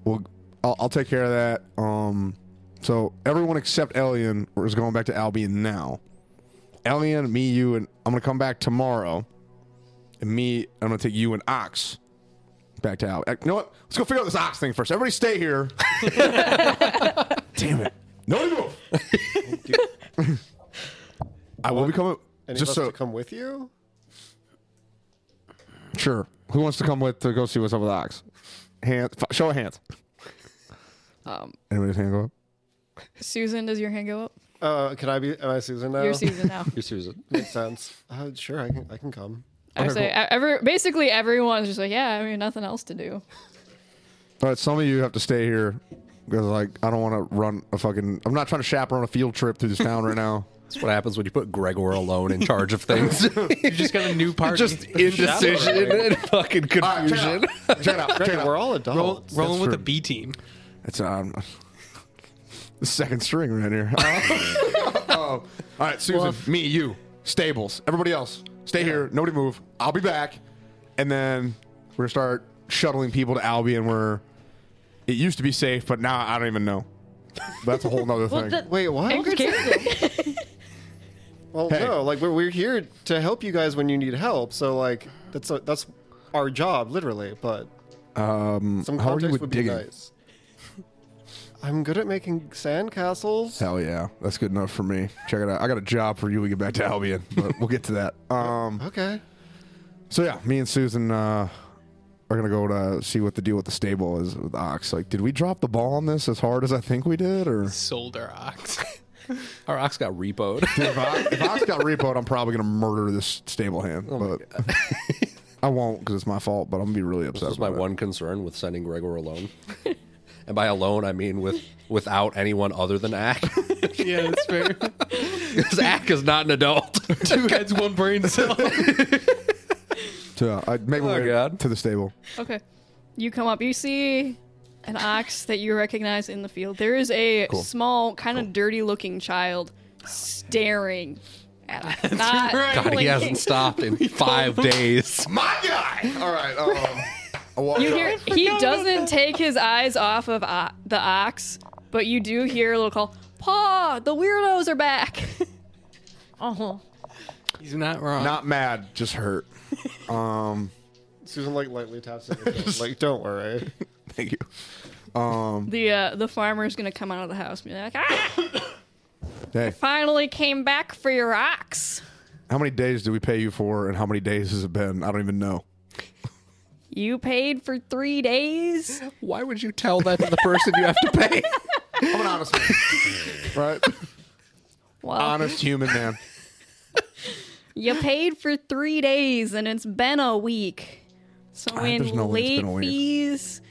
Speaker 2: Well, I'll, I'll take care of that. Um, so everyone except Elian is going back to Albion now. Elian, me, you, and I'm gonna come back tomorrow. And me, I'm gonna take you and Ox back to Albion. You know what? Let's go figure out this Ox thing first. Everybody, stay here. Damn it! Nobody move. I will be coming.
Speaker 5: Any
Speaker 2: Just
Speaker 5: Just
Speaker 2: so
Speaker 5: to come with you?
Speaker 2: Sure. Who wants to come with to go see what's up with Ox? Hands. F- show of hands.
Speaker 6: Um,
Speaker 2: Anybody's hand go up?
Speaker 6: Susan, does your hand go up?
Speaker 5: Uh, can I be? Am I Susan now?
Speaker 6: Your Susan now.
Speaker 3: You're Susan.
Speaker 5: Makes sense. Uh, sure, I can. I can come.
Speaker 6: I would say e- every, basically everyone's just like, yeah, I mean, nothing else to do.
Speaker 2: All right. Some of you have to stay here because, like, I don't want to run a fucking. I'm not trying to chaperone a field trip through this town right now.
Speaker 3: That's what happens when you put Gregor alone in charge of things.
Speaker 4: You just got a new party.
Speaker 3: Just indecision and fucking
Speaker 2: All right, check
Speaker 3: confusion.
Speaker 2: it out. Check it out. Check it
Speaker 5: Gregor,
Speaker 2: out.
Speaker 5: we're all
Speaker 4: Roll,
Speaker 5: adults.
Speaker 4: rolling with
Speaker 2: Oh, true.
Speaker 4: the B team.
Speaker 2: It's um, the second string right here. Oh. All right, Susan, me, you, stables, everybody else, stay here. Nobody move. I'll be back, and then we're gonna start shuttling people to Albion. Where it used to be safe, but now I don't even know. That's a whole nother
Speaker 1: well,
Speaker 2: thing.
Speaker 1: that-
Speaker 5: Wait, what?
Speaker 1: Ingrid said it.
Speaker 5: Well,
Speaker 2: Hey.
Speaker 5: no. Like we're, we're here to help you guys when you need help. So like that's a, that's our job, literally. But
Speaker 2: um,
Speaker 5: some
Speaker 2: how are you
Speaker 5: context
Speaker 2: with
Speaker 5: would be
Speaker 2: digging?
Speaker 5: nice. I'm good at making sandcastles.
Speaker 2: Hell yeah, that's good enough for me. Check it out. I got a job for you. when We get back to Albion, but we'll get to that. Um,
Speaker 5: Okay.
Speaker 2: So yeah, me and Susan uh, are gonna go to see what the deal with the stable is with Ox. Like, did we drop the ball on this as hard as I think we did, or
Speaker 4: Sold our ox.
Speaker 3: Our ox got repoed.
Speaker 2: if, Ox, if Ox got repoed, I'm probably gonna murder this stable hand. but I won't because it's my fault. But I'm gonna be really upset.
Speaker 3: That was my
Speaker 2: about it.
Speaker 3: one concern with sending Gregor alone. and by alone, I mean with without anyone other than Ack.
Speaker 4: yeah, that's fair.
Speaker 3: Because Ack is not an adult.
Speaker 4: Two heads, one brain cell.
Speaker 2: So, uh, I make my
Speaker 3: Oh,
Speaker 2: way
Speaker 3: God.
Speaker 2: to the stable.
Speaker 6: Okay. You come up, you see an ox that you recognize in the field. There is a small, kind of dirty looking child staring at us. Not
Speaker 4: right.
Speaker 3: God, he
Speaker 6: blinking.
Speaker 3: hasn't stopped in five days.
Speaker 2: My guy. All right. Um, I walk
Speaker 6: You
Speaker 2: up.
Speaker 6: hear he doesn't take his eyes off of o- the ox, but you do hear a little call, "Paw, the weirdos are back."
Speaker 1: Oh,
Speaker 4: He's not wrong.
Speaker 2: Not mad, just hurt. Um,
Speaker 5: Susan like lightly taps it. Like, don't worry.
Speaker 2: thank you. Um,
Speaker 6: The uh, the farmer's gonna come out of the house and be like, ah,
Speaker 2: hey,
Speaker 6: finally came back for your ox.
Speaker 2: how many days do we pay you for, and how many days has it been? I don't even know.
Speaker 6: You paid for three days.
Speaker 3: Why would you tell that to the person you have to pay?
Speaker 2: I'm an honest man, right?
Speaker 6: Well,
Speaker 2: honest human man.
Speaker 6: you paid for three days and it's been a week. So
Speaker 2: Ah,
Speaker 6: in
Speaker 2: there's no way it's
Speaker 6: late
Speaker 2: been a week.
Speaker 6: fees,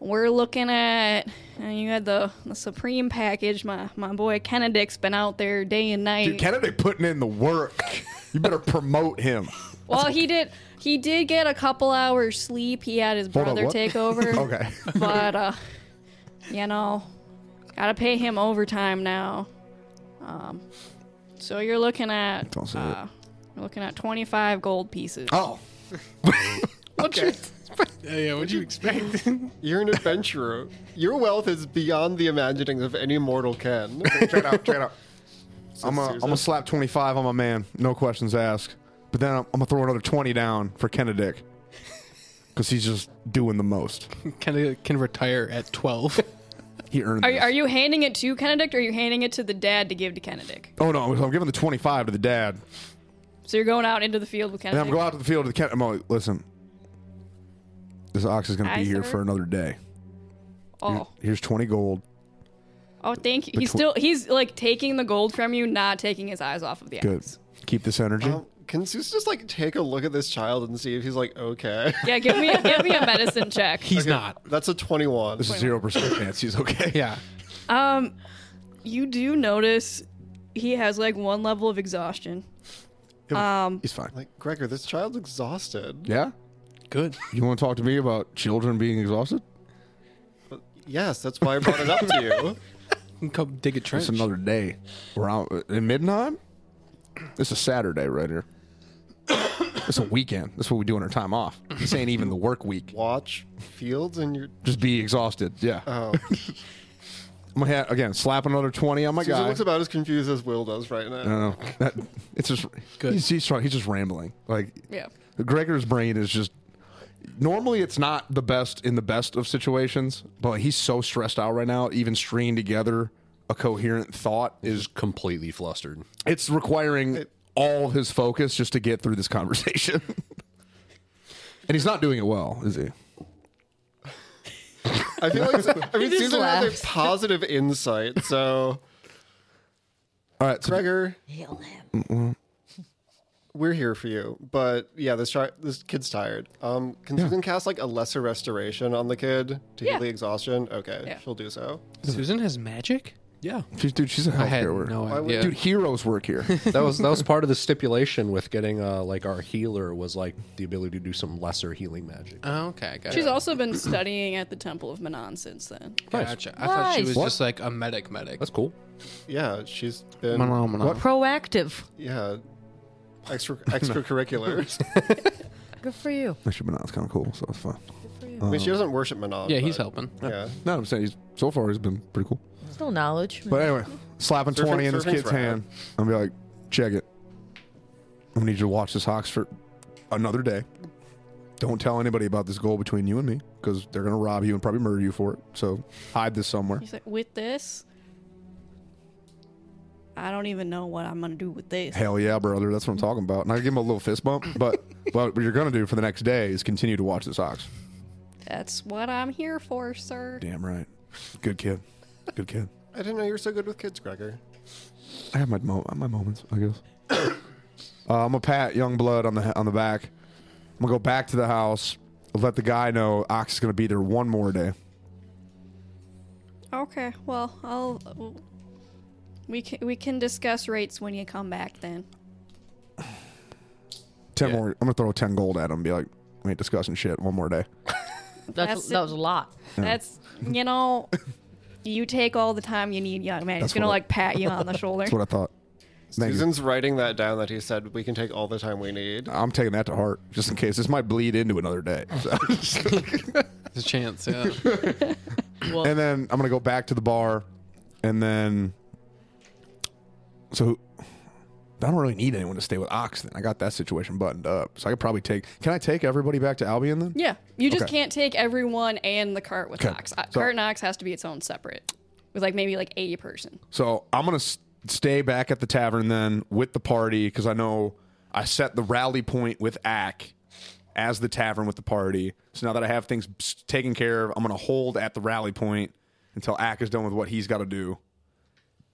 Speaker 6: we're looking at. uh, you had the, the Supreme package. My my boy Kennedy's been out there day and night.
Speaker 2: Dude, Kennedy putting in the work. You better promote him.
Speaker 6: well, he did he did get a couple hours sleep. He had his
Speaker 2: Hold on,
Speaker 6: brother
Speaker 2: what?
Speaker 6: take over.
Speaker 2: Okay.
Speaker 6: but uh you know gotta pay him overtime now um so you're looking at
Speaker 2: Don't say
Speaker 6: uh, you're looking at 25 gold pieces
Speaker 2: Oh,
Speaker 4: Okay. yeah, yeah, what'd you expect?
Speaker 5: You're an adventurer. Your wealth is beyond the imaginings of any mortal can.
Speaker 2: check it out. Check it out. I'm gonna I'm
Speaker 5: seriously.
Speaker 2: gonna slap 25 on my man, no questions asked. But then I'm, I'm gonna throw another 20 down for Kennedy because he's just doing the most.
Speaker 4: Can can retire at twelve.
Speaker 2: He earned.
Speaker 6: are,
Speaker 2: this.
Speaker 6: are you handing it to Kennedick or are you handing it to the dad to give to Kennedick?
Speaker 2: Oh no! I'm giving the 25 to the dad,
Speaker 6: So you're going out into the field with
Speaker 2: and I'm
Speaker 6: Kennedick.
Speaker 2: going out to the field to the Kennedy. I'm like, listen, this ox is gonna
Speaker 6: Aye,
Speaker 2: be here
Speaker 6: sir.
Speaker 2: for another day.
Speaker 6: oh,
Speaker 2: Here's 20 gold.
Speaker 6: oh, thank you. He's
Speaker 2: Betwe-
Speaker 6: still he's like taking the gold from you, not taking his eyes off of the
Speaker 2: Good.
Speaker 6: axe.
Speaker 2: Keep this energy.
Speaker 5: Um, can Zeus just like take a look at this child and see if he's like okay?
Speaker 6: Yeah, give me a, give me a medicine check.
Speaker 4: He's not.
Speaker 5: That's a twenty-one.
Speaker 2: this is zero percent chance he's okay.
Speaker 4: Yeah.
Speaker 6: Um, you do notice he has like one level of exhaustion. Um,
Speaker 2: he's fine.
Speaker 5: Like Gregor, this child's exhausted.
Speaker 2: Yeah.
Speaker 4: Good.
Speaker 2: You want to talk to me about children being exhausted?
Speaker 5: Yes, that's why I brought it up to you.
Speaker 4: You can come dig a
Speaker 2: It's
Speaker 4: trench.
Speaker 2: another day. We're out uh, in Midnight. It's a Saturday right here. it's a weekend. That's what we do on our time off. This ain't even the work week.
Speaker 5: Watch fields and you're.
Speaker 2: Just be exhausted. Yeah.
Speaker 5: Oh,
Speaker 2: I'm gonna ha- again slap another twenty on my
Speaker 5: Zeus
Speaker 2: guy.
Speaker 5: looks about as confused as Will does right now.
Speaker 2: I don't know. Oh, That, it's just
Speaker 4: Good.
Speaker 2: he's he's, trying, he's just rambling. Like
Speaker 6: yeah.
Speaker 2: Gregor's brain is just. Normally, it's not the best in the best of situations, but he's so stressed out right now. Even stringing together a coherent thought is
Speaker 3: Is completely flustered.
Speaker 2: it's requiring all of his focus just to get through this conversation. and he's not doing it well, is he?
Speaker 5: I feel like I mean
Speaker 6: just
Speaker 5: Susan has
Speaker 1: laughs.
Speaker 5: a positive insight. So
Speaker 2: All right, so
Speaker 5: Gregor,
Speaker 1: Hail him.
Speaker 5: we're here for you. But yeah, this chi- this kid's tired. Um, can Susan cast like a lesser restoration on the kid to
Speaker 6: Yeah.
Speaker 5: heal the exhaustion? Okay,
Speaker 6: Yeah.
Speaker 5: she'll do so.
Speaker 4: Susan has magic?
Speaker 3: Yeah,
Speaker 2: she's, dude, she's a
Speaker 4: I had
Speaker 2: healthcare worker.
Speaker 4: no
Speaker 5: Why would-
Speaker 4: idea.
Speaker 2: Dude, heroes work here.
Speaker 3: that was that was part of the stipulation with getting uh like our healer was like the ability to do some lesser healing magic.
Speaker 4: oh, okay, I got
Speaker 6: She's
Speaker 4: it.
Speaker 6: also been studying at the Temple of Manon since then.
Speaker 4: Gotcha. I thought she
Speaker 1: Nice.
Speaker 4: was
Speaker 2: What?
Speaker 4: just like a medic medic.
Speaker 3: That's cool.
Speaker 5: Yeah, she's been
Speaker 4: What?
Speaker 1: Proactive.
Speaker 5: yeah extra extracurriculars.
Speaker 1: Good for you.
Speaker 2: Actually, but no, it's kind of cool, so it's fine.
Speaker 5: I mean, she doesn't worship Manon.
Speaker 4: Yeah, he's
Speaker 5: but-
Speaker 4: helping.
Speaker 5: Yeah,
Speaker 2: No, I'm saying he's, so far he's been pretty cool.
Speaker 1: Still knowledge.
Speaker 2: But anyway, slapping
Speaker 5: Surfing-
Speaker 2: 20 in this
Speaker 5: surfing's
Speaker 2: kid's
Speaker 5: rad.
Speaker 2: hand. I'm gonna be like, check it. I'm gonna need you to watch this Hawks for another day. Don't tell anybody about this goal between you and me because they're gonna rob you and probably murder you for it. So hide this somewhere.
Speaker 6: He's like, with this, I don't even know what I'm gonna do with this.
Speaker 2: Hell yeah, brother. That's what I'm talking about. And I give him a little fist bump, but what you're going to do for the next day is continue to watch this ox.
Speaker 6: That's what I'm here for, sir.
Speaker 2: Damn right. Good kid. Good kid.
Speaker 5: I didn't know you were so good with kids, Gregor.
Speaker 2: I have my mo- my moments, I guess. uh, I'm gonna pat young blood on the on the back. I'm gonna go back to the house. Let the guy know Ox is gonna be there one more day.
Speaker 6: Okay, well, I'll. we can we can discuss rates when you come back then.
Speaker 2: Ten
Speaker 3: Yeah.
Speaker 2: more. I'm gonna throw ten gold at him. And be like, we ain't discussing shit. One more day.
Speaker 1: That's,
Speaker 6: That's
Speaker 1: that
Speaker 6: it.
Speaker 1: was a lot.
Speaker 6: That's you know, you take all the time you need, young man.
Speaker 2: That's
Speaker 6: He's gonna
Speaker 2: what I-
Speaker 6: like pat you on the shoulder.
Speaker 2: That's what I thought. Thank you.
Speaker 5: Susan's writing that down that he said we can take all the time we need.
Speaker 2: I'm taking that to heart, just in case this might bleed into another day. So.
Speaker 4: There's a chance, yeah.
Speaker 2: and then I'm gonna go back to the bar, and then so who- But I don't really need anyone to stay with Ox. Then I got that situation buttoned up, so I could probably take. Can I take everybody back to Albion then?
Speaker 6: Yeah, you just
Speaker 2: Okay.
Speaker 6: can't take everyone and the cart with
Speaker 2: Okay.
Speaker 6: Knox. Uh,
Speaker 2: So-
Speaker 6: cart and Knox has to be its own separate, with like maybe like a person.
Speaker 2: So I'm gonna s- stay back at the tavern then with the party because I know I set the rally point with Ack as the tavern with the party. So now that I have things s- taken care of, I'm gonna hold at the rally point until Ack is done with what he's got to do,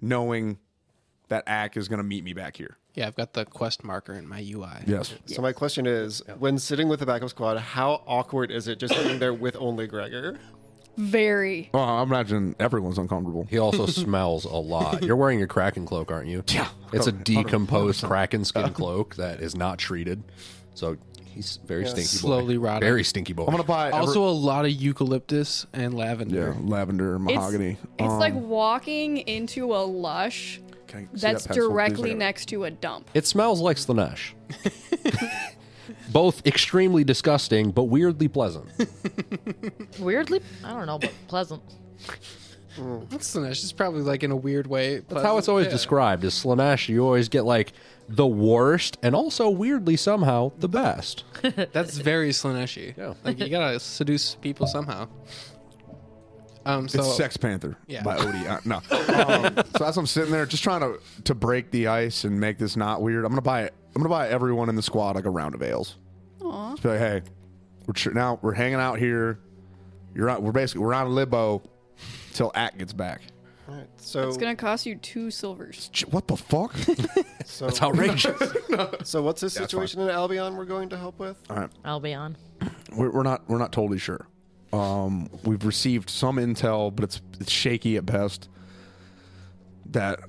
Speaker 2: knowing that Ack is gonna meet me back here.
Speaker 4: Yeah, I've got the quest marker in my UI.
Speaker 2: Yes.
Speaker 5: So my question is, when sitting with the backup squad, how awkward is it just sitting there with only Gregor?
Speaker 6: Very.
Speaker 2: Well, I imagine everyone's uncomfortable.
Speaker 3: He also smells a lot. You're wearing your Kraken cloak, aren't you?
Speaker 2: Yeah.
Speaker 3: It's a decomposed Kraken skin cloak that is not treated. So he's very stinky boy.
Speaker 4: slowly rotting.
Speaker 3: Very stinky boy.
Speaker 2: I'm gonna buy every-
Speaker 4: Also, a lot of eucalyptus and lavender.
Speaker 2: yeah lavender
Speaker 6: It's,
Speaker 2: mahogany.
Speaker 6: it's
Speaker 2: Um,
Speaker 6: like walking into a lush
Speaker 2: can I see
Speaker 6: that's
Speaker 2: that pencil, please?
Speaker 6: directly
Speaker 2: I got it.
Speaker 6: next to a dump.
Speaker 3: It smells like Slanesh. Both extremely disgusting, but weirdly pleasant.
Speaker 1: Weirdly, I don't know, but pleasant.
Speaker 4: That's nice. It's probably like in a weird way.
Speaker 3: That's how it's always described. Is Slanesh? You always get like the worst, and also weirdly somehow the best.
Speaker 4: That's very Slaneshi.
Speaker 3: Yeah.
Speaker 4: Like you gotta seduce people somehow. Um. So
Speaker 2: It's Sex Panther
Speaker 4: Yeah.
Speaker 2: by Odie. Uh, no. Um, so as I'm sitting there, just trying to to break the ice and make this not weird, I'm gonna buy I'm gonna buy everyone in the squad like a round of ales. Just be like, hey, we're tr- now we're hanging out here. You're on, we're basically we're on libo till Act gets back.
Speaker 5: So,
Speaker 6: It's gonna cost you two silvers.
Speaker 2: Ch- What the fuck?
Speaker 5: so,
Speaker 3: It's outrageous.
Speaker 5: so what's this situation in Albion we're going to help with?
Speaker 1: I'll be on.
Speaker 2: we're, we're not we're not totally sure. Um, we've received some intel, but it's it's shaky at best. That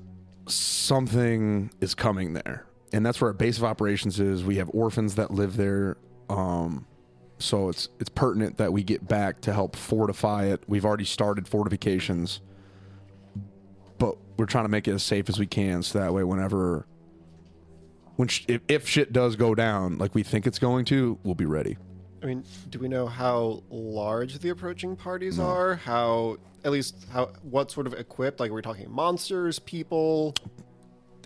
Speaker 2: something is coming there, and that's where our base of operations is. We have orphans that live there, um, so it's it's pertinent that we get back to help fortify it. We've already started fortifications, but we're trying to make it as safe as we can, so that way, whenever when sh- if, if shit does go down, like we think it's going to, we'll be ready.
Speaker 5: I mean, do we know how large the approaching parties are? How, at least, how what sort of equipped? Like, are we talking monsters, people,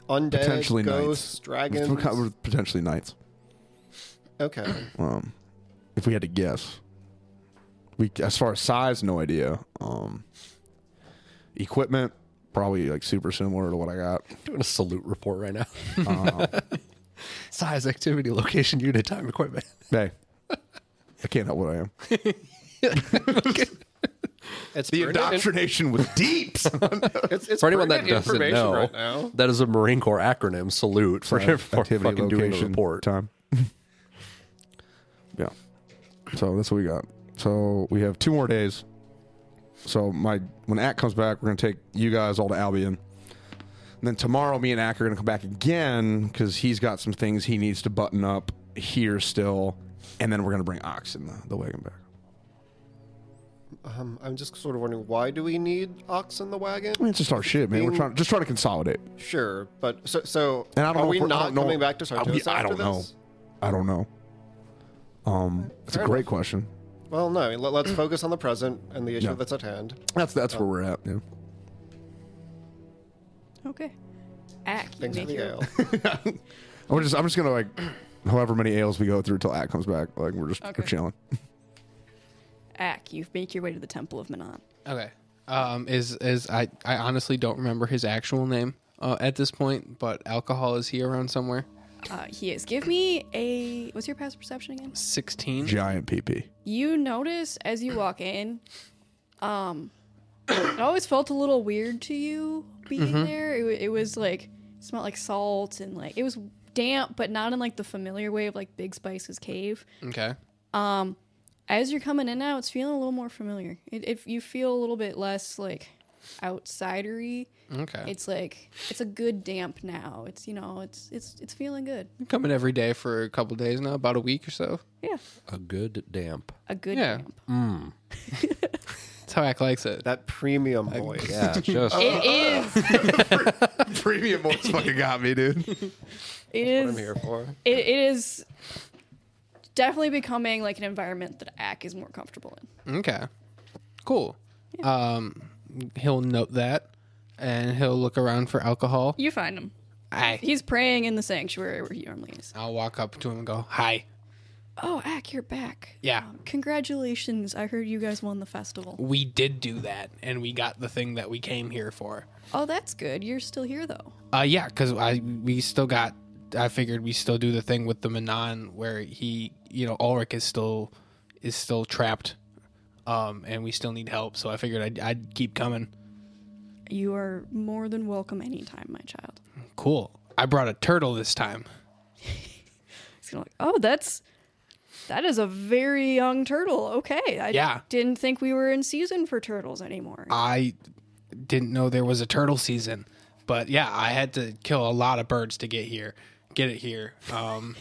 Speaker 5: undead,
Speaker 2: potentially
Speaker 5: ghosts,
Speaker 2: knights.
Speaker 5: dragons?
Speaker 2: We're kind of- potentially knights.
Speaker 5: Okay.
Speaker 2: Um, if we had to guess, we as far as size, no idea. Um, equipment probably like super similar to what I got.
Speaker 3: doing a salute report right now. Uh-huh. Size, activity, location, unit, time, equipment.
Speaker 2: Hey, I can't help what I am.
Speaker 5: It's
Speaker 2: The
Speaker 5: pertinent-
Speaker 2: indoctrination was deep. son.
Speaker 5: It's, it's
Speaker 3: For anyone that
Speaker 5: pertinent
Speaker 3: doesn't
Speaker 5: information
Speaker 3: know,
Speaker 5: right now.
Speaker 3: that is a Marine Corps acronym. Salute for, for
Speaker 2: Uh, Activity,
Speaker 3: fucking doing the
Speaker 2: location,
Speaker 3: report.
Speaker 2: time. yeah. So that's what we got. So we have two more days. So my when Ack comes back, we're gonna take you guys all to Albion. And then tomorrow, me and Ack are gonna come back again because he's got some things he needs to button up here still. And then we're gonna bring Ox in the, the wagon back.
Speaker 5: Um, I'm just sort of wondering why do we need ox in the wagon?
Speaker 2: I mean, it's just our shit, man. We're trying just trying to consolidate.
Speaker 5: Sure, but so so
Speaker 2: And I don't
Speaker 5: are
Speaker 2: know
Speaker 5: we
Speaker 2: if we're- I
Speaker 5: not
Speaker 2: don't know-
Speaker 5: coming back to
Speaker 2: I-
Speaker 5: Sartos
Speaker 2: I
Speaker 5: after
Speaker 2: don't know.
Speaker 5: this?
Speaker 2: I don't know. Um, it's a
Speaker 5: Fair
Speaker 2: great question.
Speaker 5: Well, no. I mean, Let, let's focus on the present and the issue
Speaker 2: Yeah.
Speaker 5: that's at hand.
Speaker 2: That's that's where we're at. Yeah.
Speaker 6: Okay. Act. You
Speaker 5: Thanks
Speaker 6: make
Speaker 5: for the
Speaker 6: your
Speaker 5: ale.
Speaker 2: I'm just I'm just gonna like however many ales we go through till At comes back. Like we're just
Speaker 6: Okay.
Speaker 2: we're chilling.
Speaker 6: Ack, you've made your way to the Temple of Manon.
Speaker 4: okay. Um. Is is I I honestly don't remember his actual name uh, at this point, but alcohol is he around somewhere?
Speaker 6: Uh, he is. Give me a. What's your past perception again?
Speaker 4: Sixteen.
Speaker 2: Giant PP.
Speaker 6: You notice as you walk in, um, it always felt a little weird to you being there. It, wa- it was like smelled like salt and like it was damp, but not in like the familiar way of like Big Spice's cave.
Speaker 4: Okay.
Speaker 6: As you're coming in now, it's feeling a little more familiar. It, if you feel a little bit less like outsidery,
Speaker 4: Okay.
Speaker 6: it's like it's a good damp now. It's you know, it's it's it's feeling good.
Speaker 4: Been coming every day for a couple days now, about a week or so.
Speaker 6: Yeah,
Speaker 3: A good damp.
Speaker 6: a good
Speaker 4: Yeah.
Speaker 6: damp.
Speaker 4: That's how Ack likes it.
Speaker 5: that premium voice.
Speaker 3: Yeah, just
Speaker 6: It is.
Speaker 2: Premium voice fucking got me, dude.
Speaker 6: It
Speaker 5: What I'm
Speaker 6: is.
Speaker 5: here for.
Speaker 6: it, it is definitely becoming like an environment that Ack is more comfortable in.
Speaker 4: Okay. Cool. Um, he'll note that, and he'll look around for alcohol.
Speaker 6: You find him.
Speaker 4: Hi.
Speaker 6: He's praying in the sanctuary where he normally is.
Speaker 4: I'll walk up to him and go, Hi.
Speaker 6: Oh, Ack, you're back.
Speaker 4: Yeah.
Speaker 6: Um, congratulations. I heard you guys won the festival.
Speaker 4: We did do that, and we got the thing that we came here for.
Speaker 6: Oh, that's good. You're still here, though.
Speaker 4: Uh, yeah, because I we still got. I figured we still do the thing with the Manon where he, you know, Ulrich is still is still trapped, um, and we still need help. So I figured I'd, I'd keep coming.
Speaker 6: You are more than welcome anytime, my child.
Speaker 4: Cool. I brought a turtle this time.
Speaker 6: He's gonna like, oh, that's that is a very young turtle. Okay, I
Speaker 4: Yeah. Uh.
Speaker 6: didn't think we were in season for turtles anymore.
Speaker 4: I didn't know there was a turtle season, but yeah, I had to kill a lot of birds to get here, get it here, um,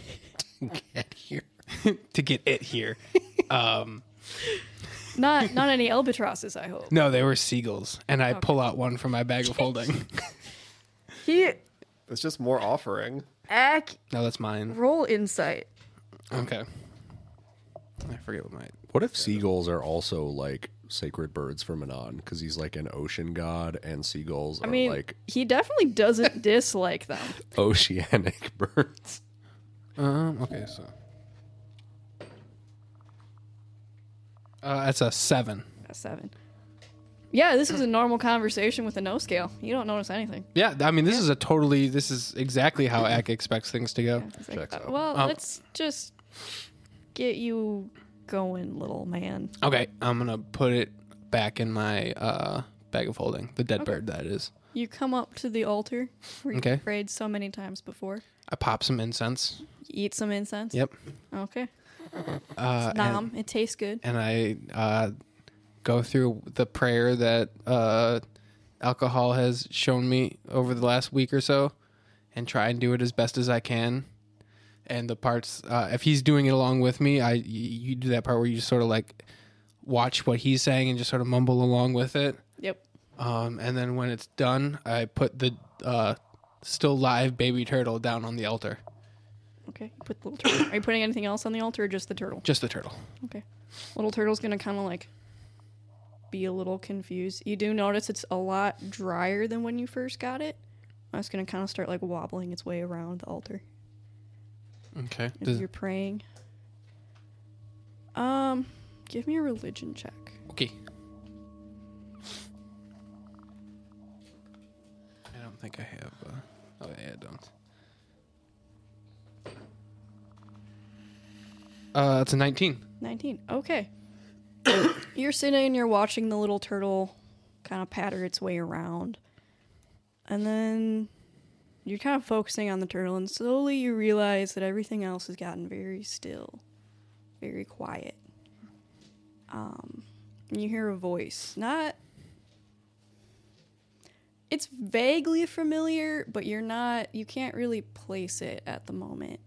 Speaker 4: get here, to get it here. Um,
Speaker 6: not not any albatrosses, I hope.
Speaker 4: no, they were seagulls, and I pull out one from my bag of holding.
Speaker 6: He
Speaker 5: It's just more offering.
Speaker 6: ack
Speaker 4: no, that's mine.
Speaker 6: roll insight.
Speaker 4: Okay. I forget what my
Speaker 3: What if seagulls are also like sacred birds for Manon? Because he's like an ocean god, and seagulls
Speaker 6: I
Speaker 3: are
Speaker 6: mean,
Speaker 3: like
Speaker 6: he definitely doesn't dislike them.
Speaker 3: oceanic birds.
Speaker 4: Um. Okay. So. Uh, that's a seven.
Speaker 6: A seven. Yeah, this is a normal conversation with a no scale. You don't notice anything.
Speaker 4: Yeah, I mean, this is a totally. This is exactly how Ak expects things to go.
Speaker 6: It's like,
Speaker 3: Checks
Speaker 6: uh,
Speaker 3: out.
Speaker 6: well,
Speaker 4: Um,
Speaker 6: let's just get you going, little man.
Speaker 4: Okay, I'm gonna put it back in my uh, bag of holding. The dead bird that is.
Speaker 6: You come up to the altar where you
Speaker 4: Okay.
Speaker 6: have prayed so many times before.
Speaker 4: I pop some incense.
Speaker 6: You eat some incense.
Speaker 4: Yep.
Speaker 6: Okay.
Speaker 4: Uh, and,
Speaker 6: Nom. It tastes good.
Speaker 4: and I uh, go through the prayer that uh, alcohol has shown me over the last week or so, and try and do it as best as I can. And the parts, uh, if he's doing it along with me, I y- you do that part where you just sort of like watch what he's saying and just sort of mumble along with it.
Speaker 6: Yep.
Speaker 4: Um, and then when it's done, I put the uh, still live baby turtle down on the altar.
Speaker 6: Okay. You put the little turtle. Are you putting anything else on the altar or just the turtle?
Speaker 4: Just the turtle.
Speaker 6: Okay. Little turtle's gonna kind of like be a little confused. You do notice it's a lot drier than when you first got it. It's gonna kind of start like wobbling its way around the altar.
Speaker 4: Okay.
Speaker 6: if you're praying. Um, give me a religion check.
Speaker 4: okay. I don't think I have. Uh, oh yeah, I don't. Uh, it's a 19.
Speaker 6: 19. Okay. you're sitting and you're watching the little turtle kind of patter its way around. And then you're kind of focusing on the turtle, and slowly you realize that everything else has gotten very still, very quiet. Um, and you hear a voice. Not. It's vaguely familiar, but you're not. You can't really place it at the moment.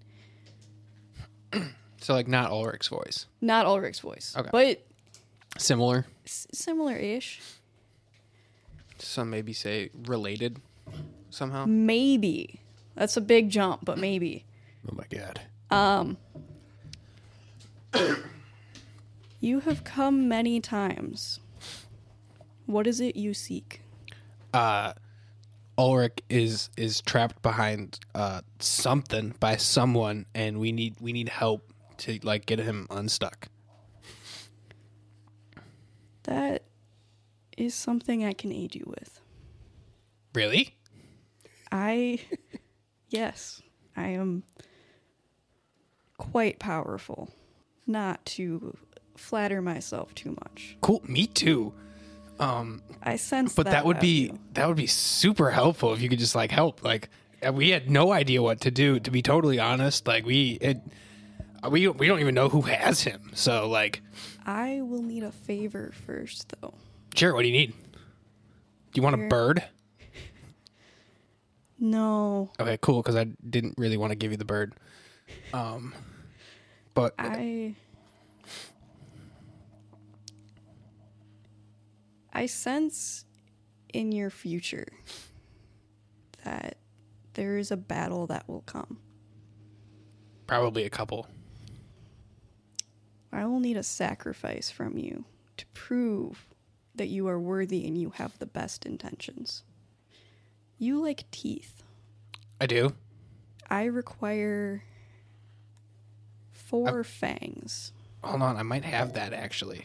Speaker 4: So like not Ulrich's voice.
Speaker 6: Not Ulrich's voice.
Speaker 4: Okay.
Speaker 6: But
Speaker 4: Similar.
Speaker 6: s- similar-ish.
Speaker 4: Some maybe say related somehow.
Speaker 6: Maybe that's a big jump, but maybe Um,
Speaker 3: Oh my god!
Speaker 6: you have come many times. What is it you seek?
Speaker 4: Ulrich is is trapped behind uh, something by someone, and we need we need help to like get him unstuck.
Speaker 6: That is something I can aid you with.
Speaker 4: Really?
Speaker 6: I, yes, I am quite powerful. Not to flatter myself too much.
Speaker 4: Cool. Me too.
Speaker 6: I sense,
Speaker 4: But that, would
Speaker 6: about
Speaker 4: be
Speaker 6: you.
Speaker 4: that would be super helpful if you could just like help. Like uh, we had no idea what to do. To be totally honest, like we it, uh, we we don't even know who has him. So like,
Speaker 6: I will need a favor first, though.
Speaker 4: sure. What do you need? Do you want a
Speaker 6: Here.
Speaker 4: bird?
Speaker 6: No,
Speaker 4: Okay, cool. Because I didn't really want to give you the bird. Um, but
Speaker 6: I I sense in your future that there is a battle that will come.
Speaker 4: probably a couple.
Speaker 6: I will need a sacrifice from you to prove that you are worthy and you have the best intentions. You like teeth.
Speaker 4: I do.
Speaker 6: I require four fangs.
Speaker 4: Hold on, I might have that actually.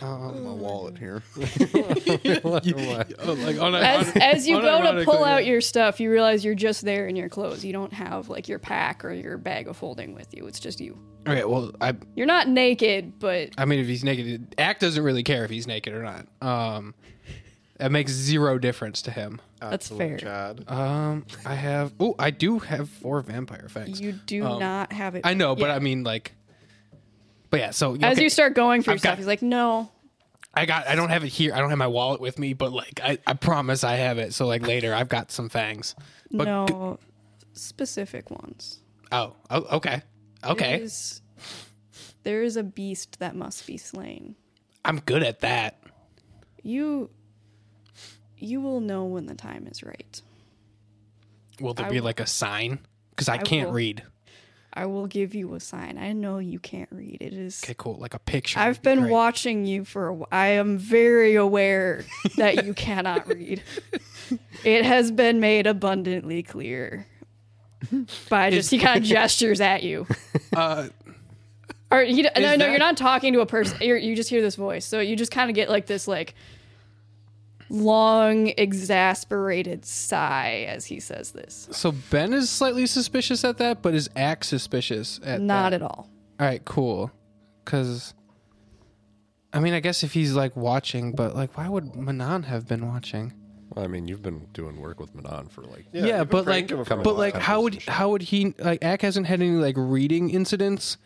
Speaker 2: My wallet here.
Speaker 4: like on a,
Speaker 6: As as you go to pull
Speaker 4: unironically,
Speaker 6: out your stuff, you realize you're just there in your clothes. You don't have like your pack or your bag of holding with you. It's just you.
Speaker 4: Okay, well, I
Speaker 6: You're not naked, but
Speaker 4: I mean, if he's naked, Act doesn't really care if he's naked or not. Um, that makes zero difference to him.
Speaker 1: That's fair.
Speaker 5: Absolute Chad.
Speaker 4: Um, I have. Oh, I do have four vampire effects.
Speaker 6: you do not have it.
Speaker 4: Um, I know, but
Speaker 6: Yeah.
Speaker 4: I mean, like, but yeah. So
Speaker 6: as
Speaker 4: okay,
Speaker 6: you start going for
Speaker 4: I've
Speaker 6: your stuff,
Speaker 4: got-
Speaker 6: he's like, "No,
Speaker 4: I got. I don't have it here. I don't have my wallet with me, but like, I, I promise I have it. So like later, I've got some fangs. But
Speaker 6: no, specific ones."
Speaker 4: Oh, oh okay, okay.
Speaker 6: There is, there is a beast that must be slain.
Speaker 4: I'm good at that.
Speaker 6: You, you will know when the time is right.
Speaker 4: Will there
Speaker 6: I
Speaker 4: be
Speaker 6: will-
Speaker 4: like a sign? Because I, can't
Speaker 6: will.
Speaker 4: read.
Speaker 6: I will give you a sign. I know you can't read. It is.
Speaker 4: Okay, cool. Like a picture.
Speaker 6: I've
Speaker 4: would be
Speaker 6: been
Speaker 4: great.
Speaker 6: watching you for a while. I am very aware that you cannot read. It has been made abundantly clear by just he kind of gestures at you.
Speaker 4: Uh,
Speaker 6: Or he, no, no,
Speaker 4: that-
Speaker 6: you're not talking to a person. You're, you just hear this voice, so you just kind of get like this like long, exasperated sigh as he says this.
Speaker 4: so Ben is slightly suspicious at that, but is Act suspicious at
Speaker 6: Not
Speaker 4: that?
Speaker 6: at all.
Speaker 4: All right, cool. Because, I mean, I guess if he's like watching, but like, why would Manon have been watching?
Speaker 3: Well, I mean, you've been doing work with Manon for like.
Speaker 4: Yeah,
Speaker 5: you've been
Speaker 4: but
Speaker 5: praying
Speaker 4: like,
Speaker 5: to him for a
Speaker 4: but
Speaker 5: while.
Speaker 4: like, how would how would he like? Ack hasn't had any like reading incidents,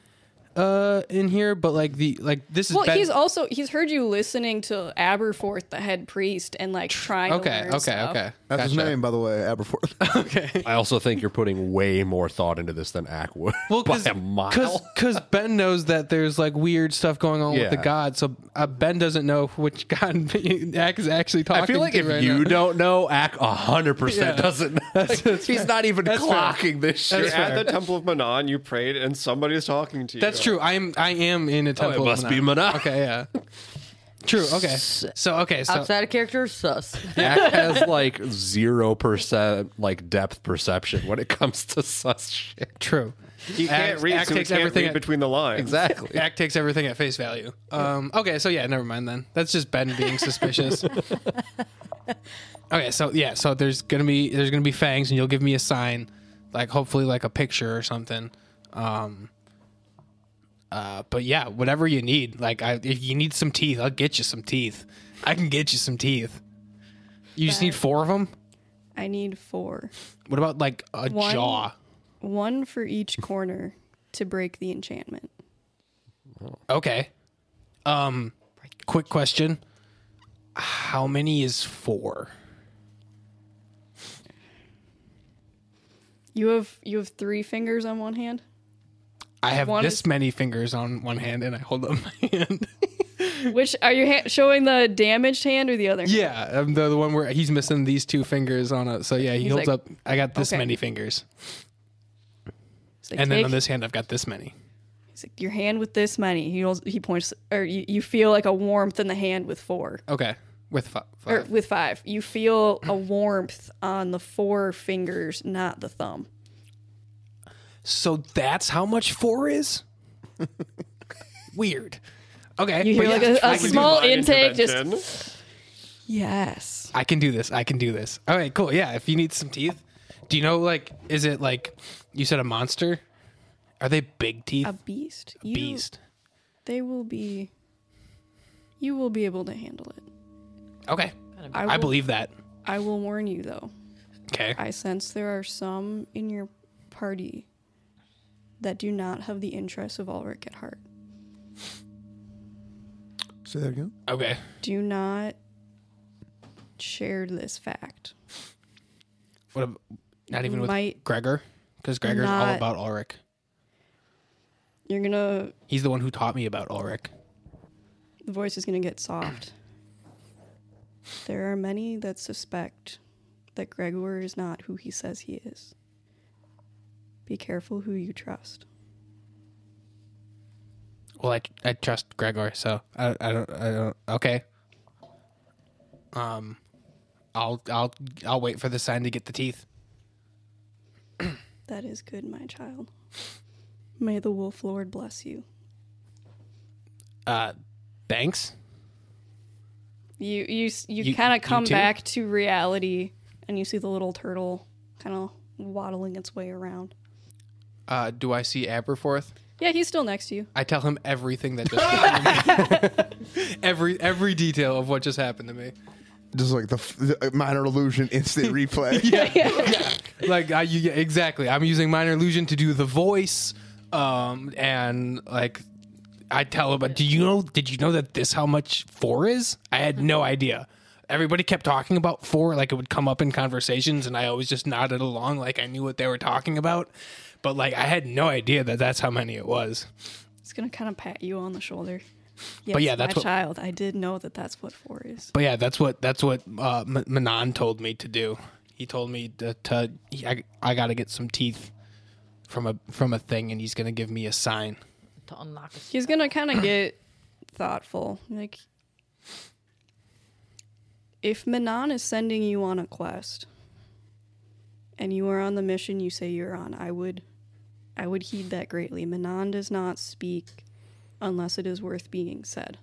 Speaker 4: uh, in here. But like the like this is
Speaker 6: Well,
Speaker 4: Ben-
Speaker 6: he's also he's heard you listening to Aberforth, the head priest, and like trying.
Speaker 4: okay,
Speaker 6: to learn
Speaker 4: okay,
Speaker 6: stuff.
Speaker 4: okay.
Speaker 2: That's his
Speaker 4: Gotcha.
Speaker 2: name, by the way, Aberforth.
Speaker 3: I also think you're putting way more thought into this than Ack would.
Speaker 4: Well,
Speaker 3: by a mile.
Speaker 4: because Ben knows that there's like weird stuff going on with the
Speaker 3: Yeah.
Speaker 4: god, so uh, Ben doesn't know which god Ack is actually talking.
Speaker 3: I feel like
Speaker 4: to
Speaker 3: if
Speaker 4: right now.
Speaker 3: you don't know, Ack 100%
Speaker 4: Yeah.
Speaker 3: doesn't. he's not even
Speaker 4: fair.
Speaker 3: clocking this shit.
Speaker 5: You're at the Temple of Manon, you prayed, and somebody's talking to you.
Speaker 4: That's true. I am. I am in a temple. of
Speaker 3: Oh, must be Manon.
Speaker 4: Okay. Yeah. True. Okay. So okay. So
Speaker 1: Outside of character, sus.
Speaker 3: Ack has like 0% like depth perception when it comes to such shit.
Speaker 4: true.
Speaker 5: He can't
Speaker 4: Act-
Speaker 5: read,
Speaker 4: act
Speaker 5: so he
Speaker 4: takes
Speaker 5: can't
Speaker 4: everything
Speaker 5: read
Speaker 4: at-
Speaker 5: between the lines.
Speaker 3: Exactly.
Speaker 4: Ack takes everything at face value. Um, okay, so yeah, never mind then. That's just Ben being suspicious. okay, so yeah, so there's gonna be there's gonna be fangs, and you'll give me a sign, like hopefully like a picture or something. Um, uh, but yeah, whatever you need, like I, if you need some teeth, I'll get you some teeth. I can get you some teeth. You just need four of them.
Speaker 6: I need four,
Speaker 4: What about like a
Speaker 6: One.
Speaker 4: jaw?
Speaker 6: one for each corner to break the enchantment.
Speaker 4: Okay. Um, quick question: How many is four?
Speaker 6: You have you have three fingers on one hand.
Speaker 4: I have
Speaker 6: One
Speaker 4: this
Speaker 6: is-
Speaker 4: many fingers on one hand, and I hold up my hand.
Speaker 6: Which are you ha- showing the damaged hand or the other?
Speaker 4: yeah, I'm the, the one where he's missing these two fingers on it. So yeah, he
Speaker 6: He's
Speaker 4: holds
Speaker 6: like,
Speaker 4: up. I got this
Speaker 6: "Okay."
Speaker 4: many fingers,
Speaker 6: It's like,
Speaker 4: and then
Speaker 6: take-
Speaker 4: on this hand, I've got this many.
Speaker 6: it's like, your hand with this money. He holds, he points, or you, you feel like a warmth in the hand with four.
Speaker 4: Okay, with five.
Speaker 6: Or
Speaker 4: five.
Speaker 6: with five, you feel a warmth on the four fingers, not the thumb.
Speaker 4: So that's how much four is. Weird. Okay,
Speaker 6: You hear
Speaker 4: but
Speaker 6: like
Speaker 4: yeah,
Speaker 6: a,
Speaker 4: I
Speaker 6: a
Speaker 4: can do
Speaker 6: small
Speaker 5: Divine
Speaker 6: intake, just
Speaker 5: intervention.
Speaker 6: yes.
Speaker 4: I can do this. I can do this. All right, cool. Yeah, if you need some teeth, do you know like is it like you said a monster? Are they big teeth?
Speaker 6: A beast. You,
Speaker 4: Beast.
Speaker 6: They will be. You will be able to handle it.
Speaker 4: Okay,
Speaker 6: I,
Speaker 4: I
Speaker 6: will-
Speaker 4: believe that.
Speaker 6: I will warn you though.
Speaker 4: Okay,
Speaker 6: I sense there are some in your party that do not have the interests of Ulrich at heart.
Speaker 2: Say that again.
Speaker 4: okay.
Speaker 6: Do not share this fact.
Speaker 4: What? ab- not even with
Speaker 6: Might-
Speaker 4: Gregor, because Gregor's all
Speaker 6: Not-
Speaker 4: about Ulrich.
Speaker 6: You're gonna.
Speaker 4: He's the one who taught me about Ulrich.
Speaker 6: The voice is gonna get soft. There are many that suspect that Gregor is not who he says he is. Be careful who you trust.
Speaker 4: Well, I, I trust Gregor, so I, I don't I don't. Okay. Um, I'll I'll I'll wait for the sign to get the teeth.
Speaker 6: That is good, my child. May the wolf lord bless you.
Speaker 4: Uh, thanks.
Speaker 6: You you s- you,
Speaker 4: You-
Speaker 6: kind
Speaker 4: you
Speaker 6: of come
Speaker 4: too?
Speaker 6: back to reality, and you see the little turtle kind of waddling its way around.
Speaker 4: Uh, do I see Aberforth?
Speaker 6: Yeah, he's still next to you.
Speaker 4: I tell him everything that just happened to me. every every detail of what just happened to me.
Speaker 2: Just like the, f- the uh, minor illusion instant replay.
Speaker 4: Like I you, yeah, exactly. I'm using minor illusion to do the voice, um, and like I tell him, "Do you know? Did you know that this how much four is? I had no idea." Everybody kept talking about four, like it would come up in conversations, and I always just nodded along, like I knew what they were talking about. But like I had no idea that that's how many it was.
Speaker 6: He's gonna kind of pat you on the shoulder. Yes,
Speaker 4: yeah, that's
Speaker 6: my
Speaker 4: what-
Speaker 6: child. I did know that that's what four is.
Speaker 4: But yeah, that's what that's what uh, M- Manon told me to do. He told me to, to I, I got to get some teeth from a from a thing, and he's gonna give me a sign.
Speaker 1: to unlock a
Speaker 6: He's gonna kind of get thoughtful. Like, if Manon is sending you on a quest, and you are on the mission you say you're on, I would, I would heed that greatly. Manon does not speak unless it is worth being said.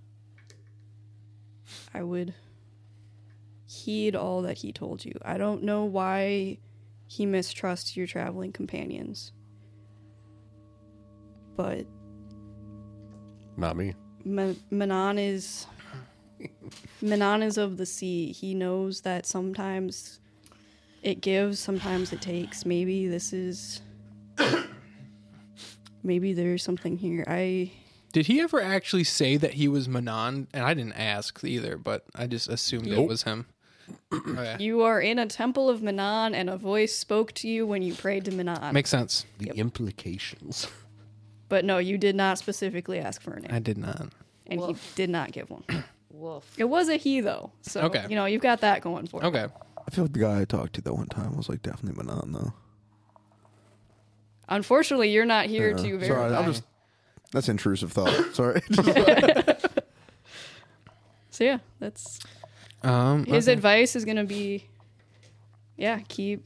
Speaker 6: I would heed all that he told you. I don't know why he mistrusts your traveling companions, but
Speaker 3: Not me.
Speaker 6: Ma- Manon is Manon is of the sea. He knows that sometimes it gives, sometimes it takes. Maybe this is maybe there's something here. I
Speaker 4: Did he ever actually say that he was Manon? And I didn't ask either, but I just assumed it was him. okay.
Speaker 6: you are in a temple of Manon and a voice spoke to you when you prayed to Manon.
Speaker 4: Makes sense.
Speaker 3: The implications.
Speaker 6: but no, you did not specifically ask for a name.
Speaker 4: I did not.
Speaker 6: and he did not give one.
Speaker 1: wolf.
Speaker 6: It was a he though. So
Speaker 4: Okay.
Speaker 6: you know, you've got that going for you.
Speaker 4: Okay.
Speaker 2: I feel like the guy I talked to that one time was like definitely Manon though.
Speaker 6: Unfortunately you're not here to verify.
Speaker 2: Uh, Sorry, I'm just that's intrusive thought. Sorry.
Speaker 6: so yeah, that's
Speaker 4: Um,
Speaker 6: his advice is gonna be yeah keep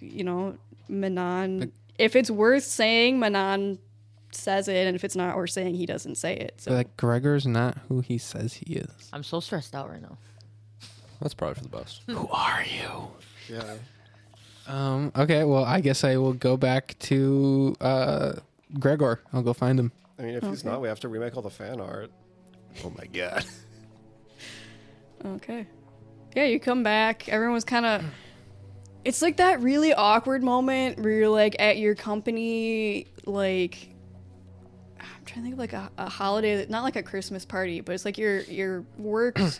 Speaker 6: you know manon if it's worth saying manon says it and if it's not worth saying he doesn't say it so
Speaker 4: like Gregor's not who he says he is.
Speaker 1: I'm so stressed out right now.
Speaker 3: That's probably for the best.
Speaker 4: Who are you?
Speaker 5: Yeah.
Speaker 4: Um, okay. Well, I guess I will go back to uh, Gregor. I'll go find him.
Speaker 5: I mean, if he's not, we have to remake all the fan art.
Speaker 3: Oh my god.
Speaker 6: okay yeah you come back everyone's kind of it's like that really awkward moment where you're like at your company like I'm trying to think of like a, a holiday that not like a Christmas party, but it's like your your work's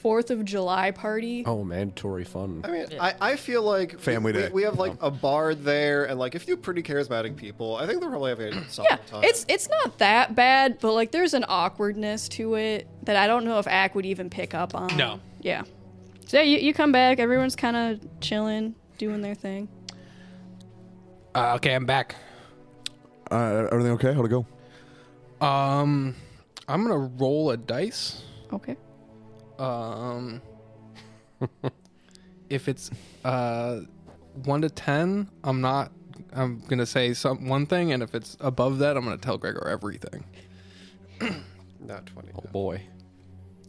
Speaker 6: Fourth of July party.
Speaker 3: Oh, mandatory fun.
Speaker 5: I mean, I, I feel like
Speaker 2: Family
Speaker 5: we,
Speaker 2: day.
Speaker 5: We have like a bar there, and like a few pretty charismatic people. I think they're probably having a solid
Speaker 6: Yeah,
Speaker 5: time.
Speaker 6: it's it's not that bad, but like there's an awkwardness to it that I don't know if Ack would even pick up on.
Speaker 4: No.
Speaker 6: Yeah. So yeah, you, you come back, everyone's kind of chilling, doing their thing.
Speaker 4: Uh, okay, I'm back.
Speaker 2: uh, everything okay? How'd it go?
Speaker 4: Um, I'm gonna roll a dice.
Speaker 6: Okay.
Speaker 4: Um, if it's uh one to ten, I'm not. I'm gonna say some one thing, and if it's above that, I'm gonna tell Gregor everything.
Speaker 5: not twenty.
Speaker 3: Oh boy.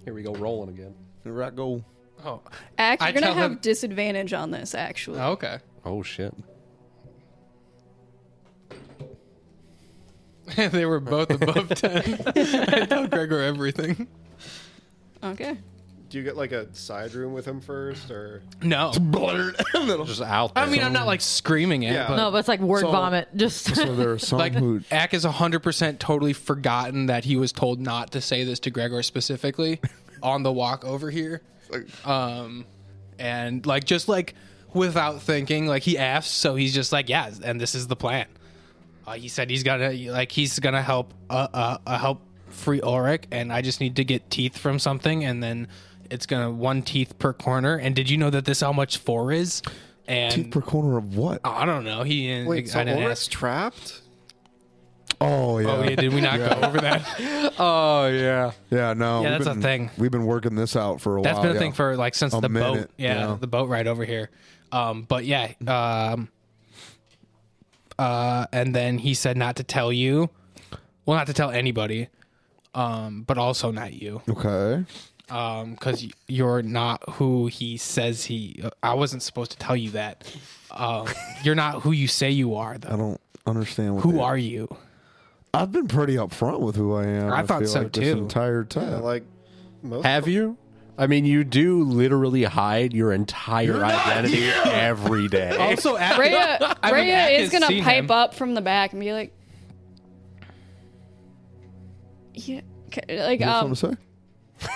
Speaker 3: Here we go rolling again.
Speaker 2: Right go.
Speaker 4: Oh,
Speaker 6: Ack,
Speaker 4: I
Speaker 6: you're gonna
Speaker 4: tell
Speaker 6: have
Speaker 4: him-
Speaker 6: disadvantage on this actually.
Speaker 4: okay.
Speaker 3: Oh shit.
Speaker 4: they were both above ten. I tell Gregor everything.
Speaker 6: Okay.
Speaker 5: Do you get like a side room with him first, or
Speaker 4: No,
Speaker 3: Just out.
Speaker 4: I mean I'm not like screaming it,
Speaker 5: Yeah.
Speaker 4: but
Speaker 1: No, but it's like word
Speaker 2: So-
Speaker 1: vomit. Just
Speaker 2: So there are some
Speaker 4: like
Speaker 2: who
Speaker 4: Ack is 100% totally forgotten that he was told not to say this to Gregor specifically on the walk over here. Um and like just like without thinking like he asks so he's just like yeah and this is the plan. Uh, he said he's gonna like he's gonna help uh, uh, uh help free Ulrich and I just need to get teeth from something and then it's gonna one teeth per corner and did you know that this how much four is and
Speaker 2: teeth per corner of what?
Speaker 4: Oh. I don't know he didn't,
Speaker 5: wait? So
Speaker 4: I didn't
Speaker 5: Ulrich's
Speaker 4: ask
Speaker 5: trapped.
Speaker 2: Oh yeah.
Speaker 4: Oh yeah, did we not go over that? Oh yeah,
Speaker 2: Yeah, no.
Speaker 4: Yeah,
Speaker 2: we've
Speaker 4: that's a
Speaker 2: been-
Speaker 4: thing.
Speaker 2: We've been working this out for a
Speaker 4: that's
Speaker 2: while.
Speaker 4: been a
Speaker 2: yeah.
Speaker 4: thing for like since
Speaker 2: A
Speaker 4: the boat.
Speaker 2: minute,
Speaker 4: Yeah,
Speaker 2: yeah.
Speaker 4: the boat ride over here. Um, but yeah. Um, uh, and then he said not to tell you. Well, not to tell anybody. Um, but also not you.
Speaker 2: Okay.
Speaker 4: um because you're not who he says he i wasn't supposed to tell you that um you're not who you say you are
Speaker 2: I
Speaker 4: though
Speaker 2: don't understand what
Speaker 4: who
Speaker 2: they-
Speaker 4: are you
Speaker 2: I've been pretty upfront with who I am.
Speaker 4: I thought
Speaker 2: feel
Speaker 4: so,
Speaker 2: like, This
Speaker 4: too.
Speaker 2: entire time.
Speaker 5: like most
Speaker 3: Have you? I mean, you do literally hide your entire identity every day.
Speaker 4: also at,
Speaker 6: Rhea,
Speaker 4: I mean,
Speaker 6: Rhea
Speaker 4: Act
Speaker 6: is
Speaker 4: has
Speaker 6: gonna
Speaker 4: seen
Speaker 6: pipe
Speaker 4: him.
Speaker 6: up from the back and be like, "Yeah, okay, like
Speaker 2: you know
Speaker 6: um,
Speaker 2: what I'm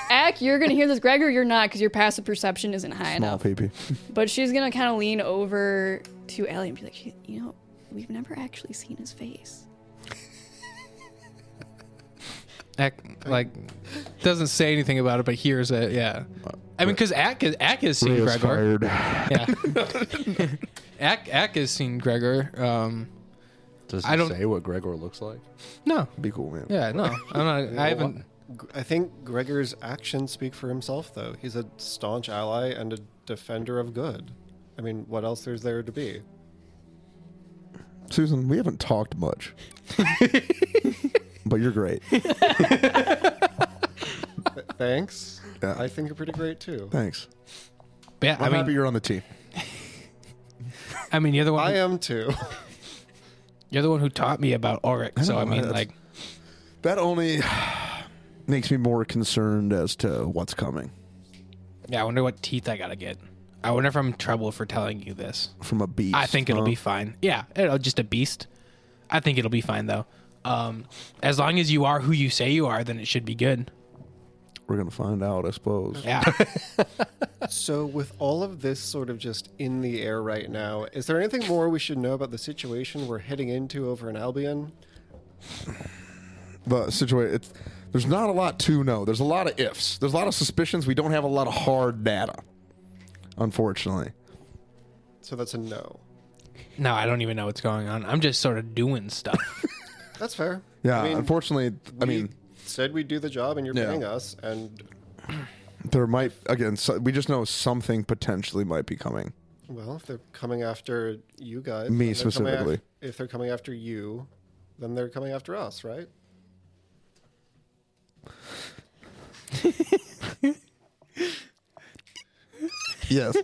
Speaker 6: Ack, you're gonna hear this, Gregor. You're not because your passive perception isn't high
Speaker 2: Small
Speaker 6: enough.
Speaker 2: peepee.
Speaker 6: But she's gonna kind of lean over to Ellie and be like, "She- "You know, we've never actually seen his face."
Speaker 4: Act, like doesn't say anything about it but hears it yeah i mean because ack is ack has seen
Speaker 2: Rhea's
Speaker 4: gregor
Speaker 2: tired.
Speaker 4: yeah ack ack has seen gregor um
Speaker 3: Does
Speaker 4: I don't-
Speaker 3: say what Gregor looks like?
Speaker 4: no
Speaker 2: Be cool, man.
Speaker 4: yeah no i'm not i haven't
Speaker 5: I think Gregor's actions speak for himself, though. He's a staunch ally and a defender of good. I mean, what else is there to be?
Speaker 2: Susan, we haven't talked much. but you're great.
Speaker 5: Thanks.
Speaker 2: Yeah.
Speaker 5: I think you're pretty great too.
Speaker 2: Thanks.
Speaker 4: yeah,
Speaker 2: I'm
Speaker 4: i
Speaker 2: happy
Speaker 4: mean
Speaker 2: you're on the team.
Speaker 4: i mean you're the one
Speaker 5: I
Speaker 4: who-
Speaker 5: am too.
Speaker 4: you're the one who taught me about auric so
Speaker 2: know,
Speaker 4: i mean
Speaker 2: that's-
Speaker 4: like
Speaker 2: That only makes me more concerned as to what's coming
Speaker 4: Yeah, I wonder what teeth I gotta get. I wonder if I'm in trouble for telling you this.
Speaker 2: from a beast.
Speaker 4: I think it'll
Speaker 2: huh?
Speaker 4: be fine. Yeah, it'll just a beast. I think it'll be fine though. Um, as long as you are who you say you are, then it should be good.
Speaker 2: We're gonna find out, I suppose.
Speaker 4: Yeah.
Speaker 5: So, with all of this sort of just in the air right now, is there anything more we should know about the situation we're heading into over in Albion?
Speaker 2: the situation. It's, there's not a lot to know. There's a lot of ifs. There's a lot of suspicions. We don't have a lot of hard data, unfortunately.
Speaker 5: So that's a no.
Speaker 4: no, I don't even know what's going on. I'm just sort of doing stuff.
Speaker 5: That's fair.
Speaker 2: Yeah,
Speaker 5: I mean,
Speaker 2: unfortunately, I
Speaker 5: we
Speaker 2: mean,
Speaker 5: said we do the job, and you're
Speaker 2: Yeah.
Speaker 5: paying us, and
Speaker 2: there might again. So we just know something potentially might be coming.
Speaker 5: Well, if they're coming after you guys,
Speaker 2: Me
Speaker 5: then they're coming af-
Speaker 2: specifically.
Speaker 5: if they're coming after you, then they're coming after us, right?
Speaker 2: Yes.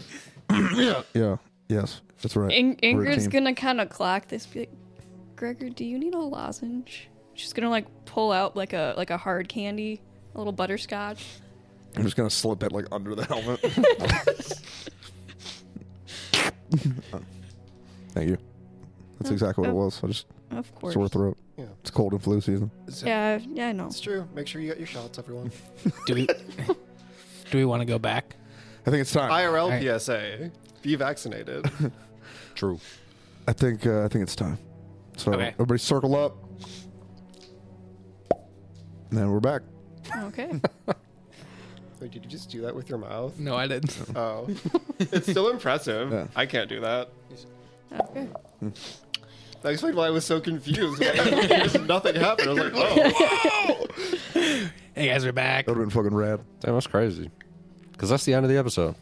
Speaker 2: yeah. Yeah. Yes. That's right.
Speaker 6: In-
Speaker 2: We're a
Speaker 6: Ingrid's
Speaker 2: team.
Speaker 6: gonna kind of clock this, be like, "Gregor, do you need a lozenge?" She's gonna like pull out like a like a hard candy, a little butterscotch.
Speaker 2: I'm just gonna slip it like under the helmet. Thank you. That's exactly what it was. I just
Speaker 6: Oh, Of course.
Speaker 2: sore throat.
Speaker 5: Yeah,
Speaker 2: It's cold and flu season.
Speaker 6: Yeah, yeah, I know.
Speaker 5: it's true. Make sure you get your shots, everyone.
Speaker 4: do we? Do we want to go back?
Speaker 2: I think it's time.
Speaker 5: IRL
Speaker 4: right.
Speaker 5: PSA: Be vaccinated.
Speaker 3: True.
Speaker 2: I think uh, I think it's time. So
Speaker 4: Okay.
Speaker 2: everybody circle up. And then we're back.
Speaker 6: Okay.
Speaker 5: Wait, did you just do that with your mouth?
Speaker 4: No, I didn't.
Speaker 5: Oh, it's still impressive.
Speaker 2: Yeah.
Speaker 5: I can't do that.
Speaker 6: okay.
Speaker 5: That explained why I was so confused. Just nothing happened. I was like, oh,
Speaker 4: Hey guys, we're back.
Speaker 2: That would have been fucking rad.
Speaker 3: Damn, that's crazy. Because that's the end of the episode.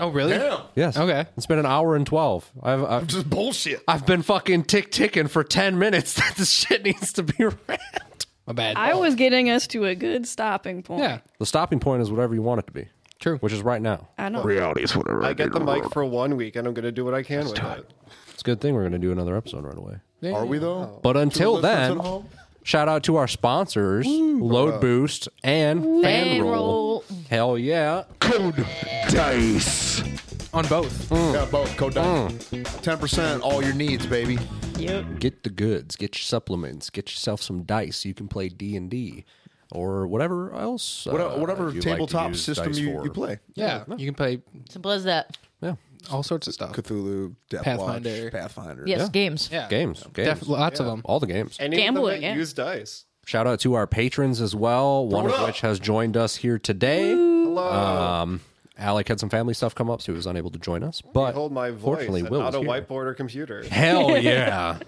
Speaker 4: Oh really?
Speaker 3: Yes.
Speaker 4: Okay.
Speaker 3: It's been an hour and twelve. I've I've,
Speaker 2: Just bullshit.
Speaker 3: I've been fucking tick ticking for ten minutes that this shit needs to be wrapped.
Speaker 4: My bad.
Speaker 6: I was getting us to a good stopping point.
Speaker 4: yeah.
Speaker 3: The stopping point is whatever you want it to be,
Speaker 4: True.
Speaker 3: which is right now.
Speaker 6: I know.
Speaker 2: Reality is whatever.
Speaker 5: I get the mic for one week, and I'm gonna do what I can with it.
Speaker 3: It's a good thing we're going to do another episode right away.
Speaker 2: Are Oh. we though?
Speaker 3: But until
Speaker 2: listeners
Speaker 3: then,
Speaker 2: at home?
Speaker 3: shout out to our sponsors, Load Boost and Fan Roll. Hell yeah.
Speaker 2: Code dice.
Speaker 4: on both.
Speaker 2: Yeah, both code dice. Ten percent all your needs, baby.
Speaker 3: Get the goods, get your supplements, get yourself some dice. You can play D&D or whatever else. uh,
Speaker 2: Whatever, whatever
Speaker 3: you like to
Speaker 2: tabletop
Speaker 3: use
Speaker 2: system
Speaker 3: dice
Speaker 2: you,
Speaker 3: for.
Speaker 2: you play.
Speaker 4: Yeah. You can play
Speaker 1: Simple as that.
Speaker 3: Yeah.
Speaker 4: all sorts of stuff.
Speaker 2: Cthulhu, Death
Speaker 4: Pathfinder.
Speaker 2: Watch, Pathfinder.
Speaker 1: Yes, games.
Speaker 4: Yeah.
Speaker 3: Games. games.
Speaker 4: Def- lots of them.
Speaker 3: All the games.
Speaker 5: Any
Speaker 6: Gamble
Speaker 5: of them that
Speaker 6: again.
Speaker 5: use dice.
Speaker 3: Shout out to our patrons as well, one
Speaker 5: What
Speaker 3: of
Speaker 5: up?
Speaker 3: which has joined us here today.
Speaker 5: Hello.
Speaker 3: Um, Alec had some family stuff come up, so he was unable to join us. But
Speaker 5: Hold my voice.
Speaker 3: fortunately,
Speaker 5: and
Speaker 3: Will
Speaker 5: not
Speaker 3: was
Speaker 5: a
Speaker 3: here.
Speaker 5: whiteboard or computer.
Speaker 3: Hell yeah.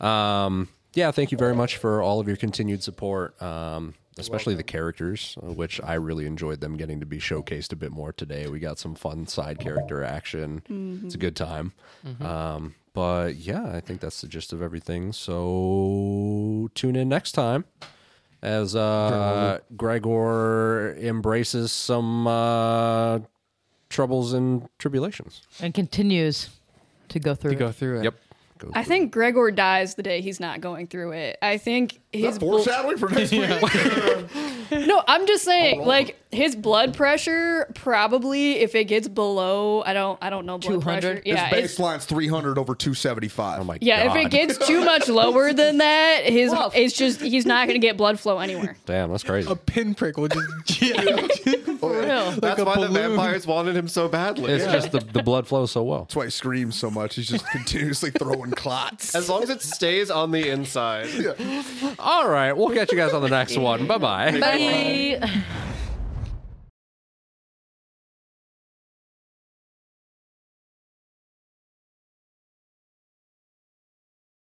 Speaker 3: um, yeah, thank you very much for all of your continued support, um, especially the characters, uh, which I really enjoyed them getting to be showcased a bit more today. We got some fun side character action.
Speaker 6: Mm-hmm.
Speaker 3: It's a good time. Um, but yeah, I think that's the gist of everything. So tune in next time as uh, Gregor embraces some uh, troubles and tribulations.
Speaker 1: and continues to go through.
Speaker 4: to
Speaker 1: it.
Speaker 4: go through it.
Speaker 3: Go
Speaker 6: I think Gregor dies the day he's not going through it. I think his
Speaker 2: That foreshadowing for next week.
Speaker 6: No, I'm just saying, like his blood pressure probably if it gets below, I don't, I don't know blood
Speaker 1: 200?
Speaker 6: pressure. Yeah,
Speaker 2: His
Speaker 6: it's-
Speaker 2: baseline's 300 over 275.
Speaker 3: Oh my
Speaker 6: yeah.
Speaker 3: God.
Speaker 6: If it gets too much lower than that, his
Speaker 1: Woof.
Speaker 6: it's just he's not gonna get blood flow anywhere.
Speaker 3: Damn, that's crazy.
Speaker 4: A pinprick will just. yeah.
Speaker 6: For real.
Speaker 5: That's
Speaker 4: a
Speaker 5: why the
Speaker 4: balloon.
Speaker 5: vampires wanted him so badly.
Speaker 3: It's just the, the blood flows so well.
Speaker 2: That's why he screams so much. He's just continuously throwing clots.
Speaker 5: As long as it stays on the inside.
Speaker 3: All right, we'll catch you guys on the next one. Bye bye.
Speaker 1: Bye.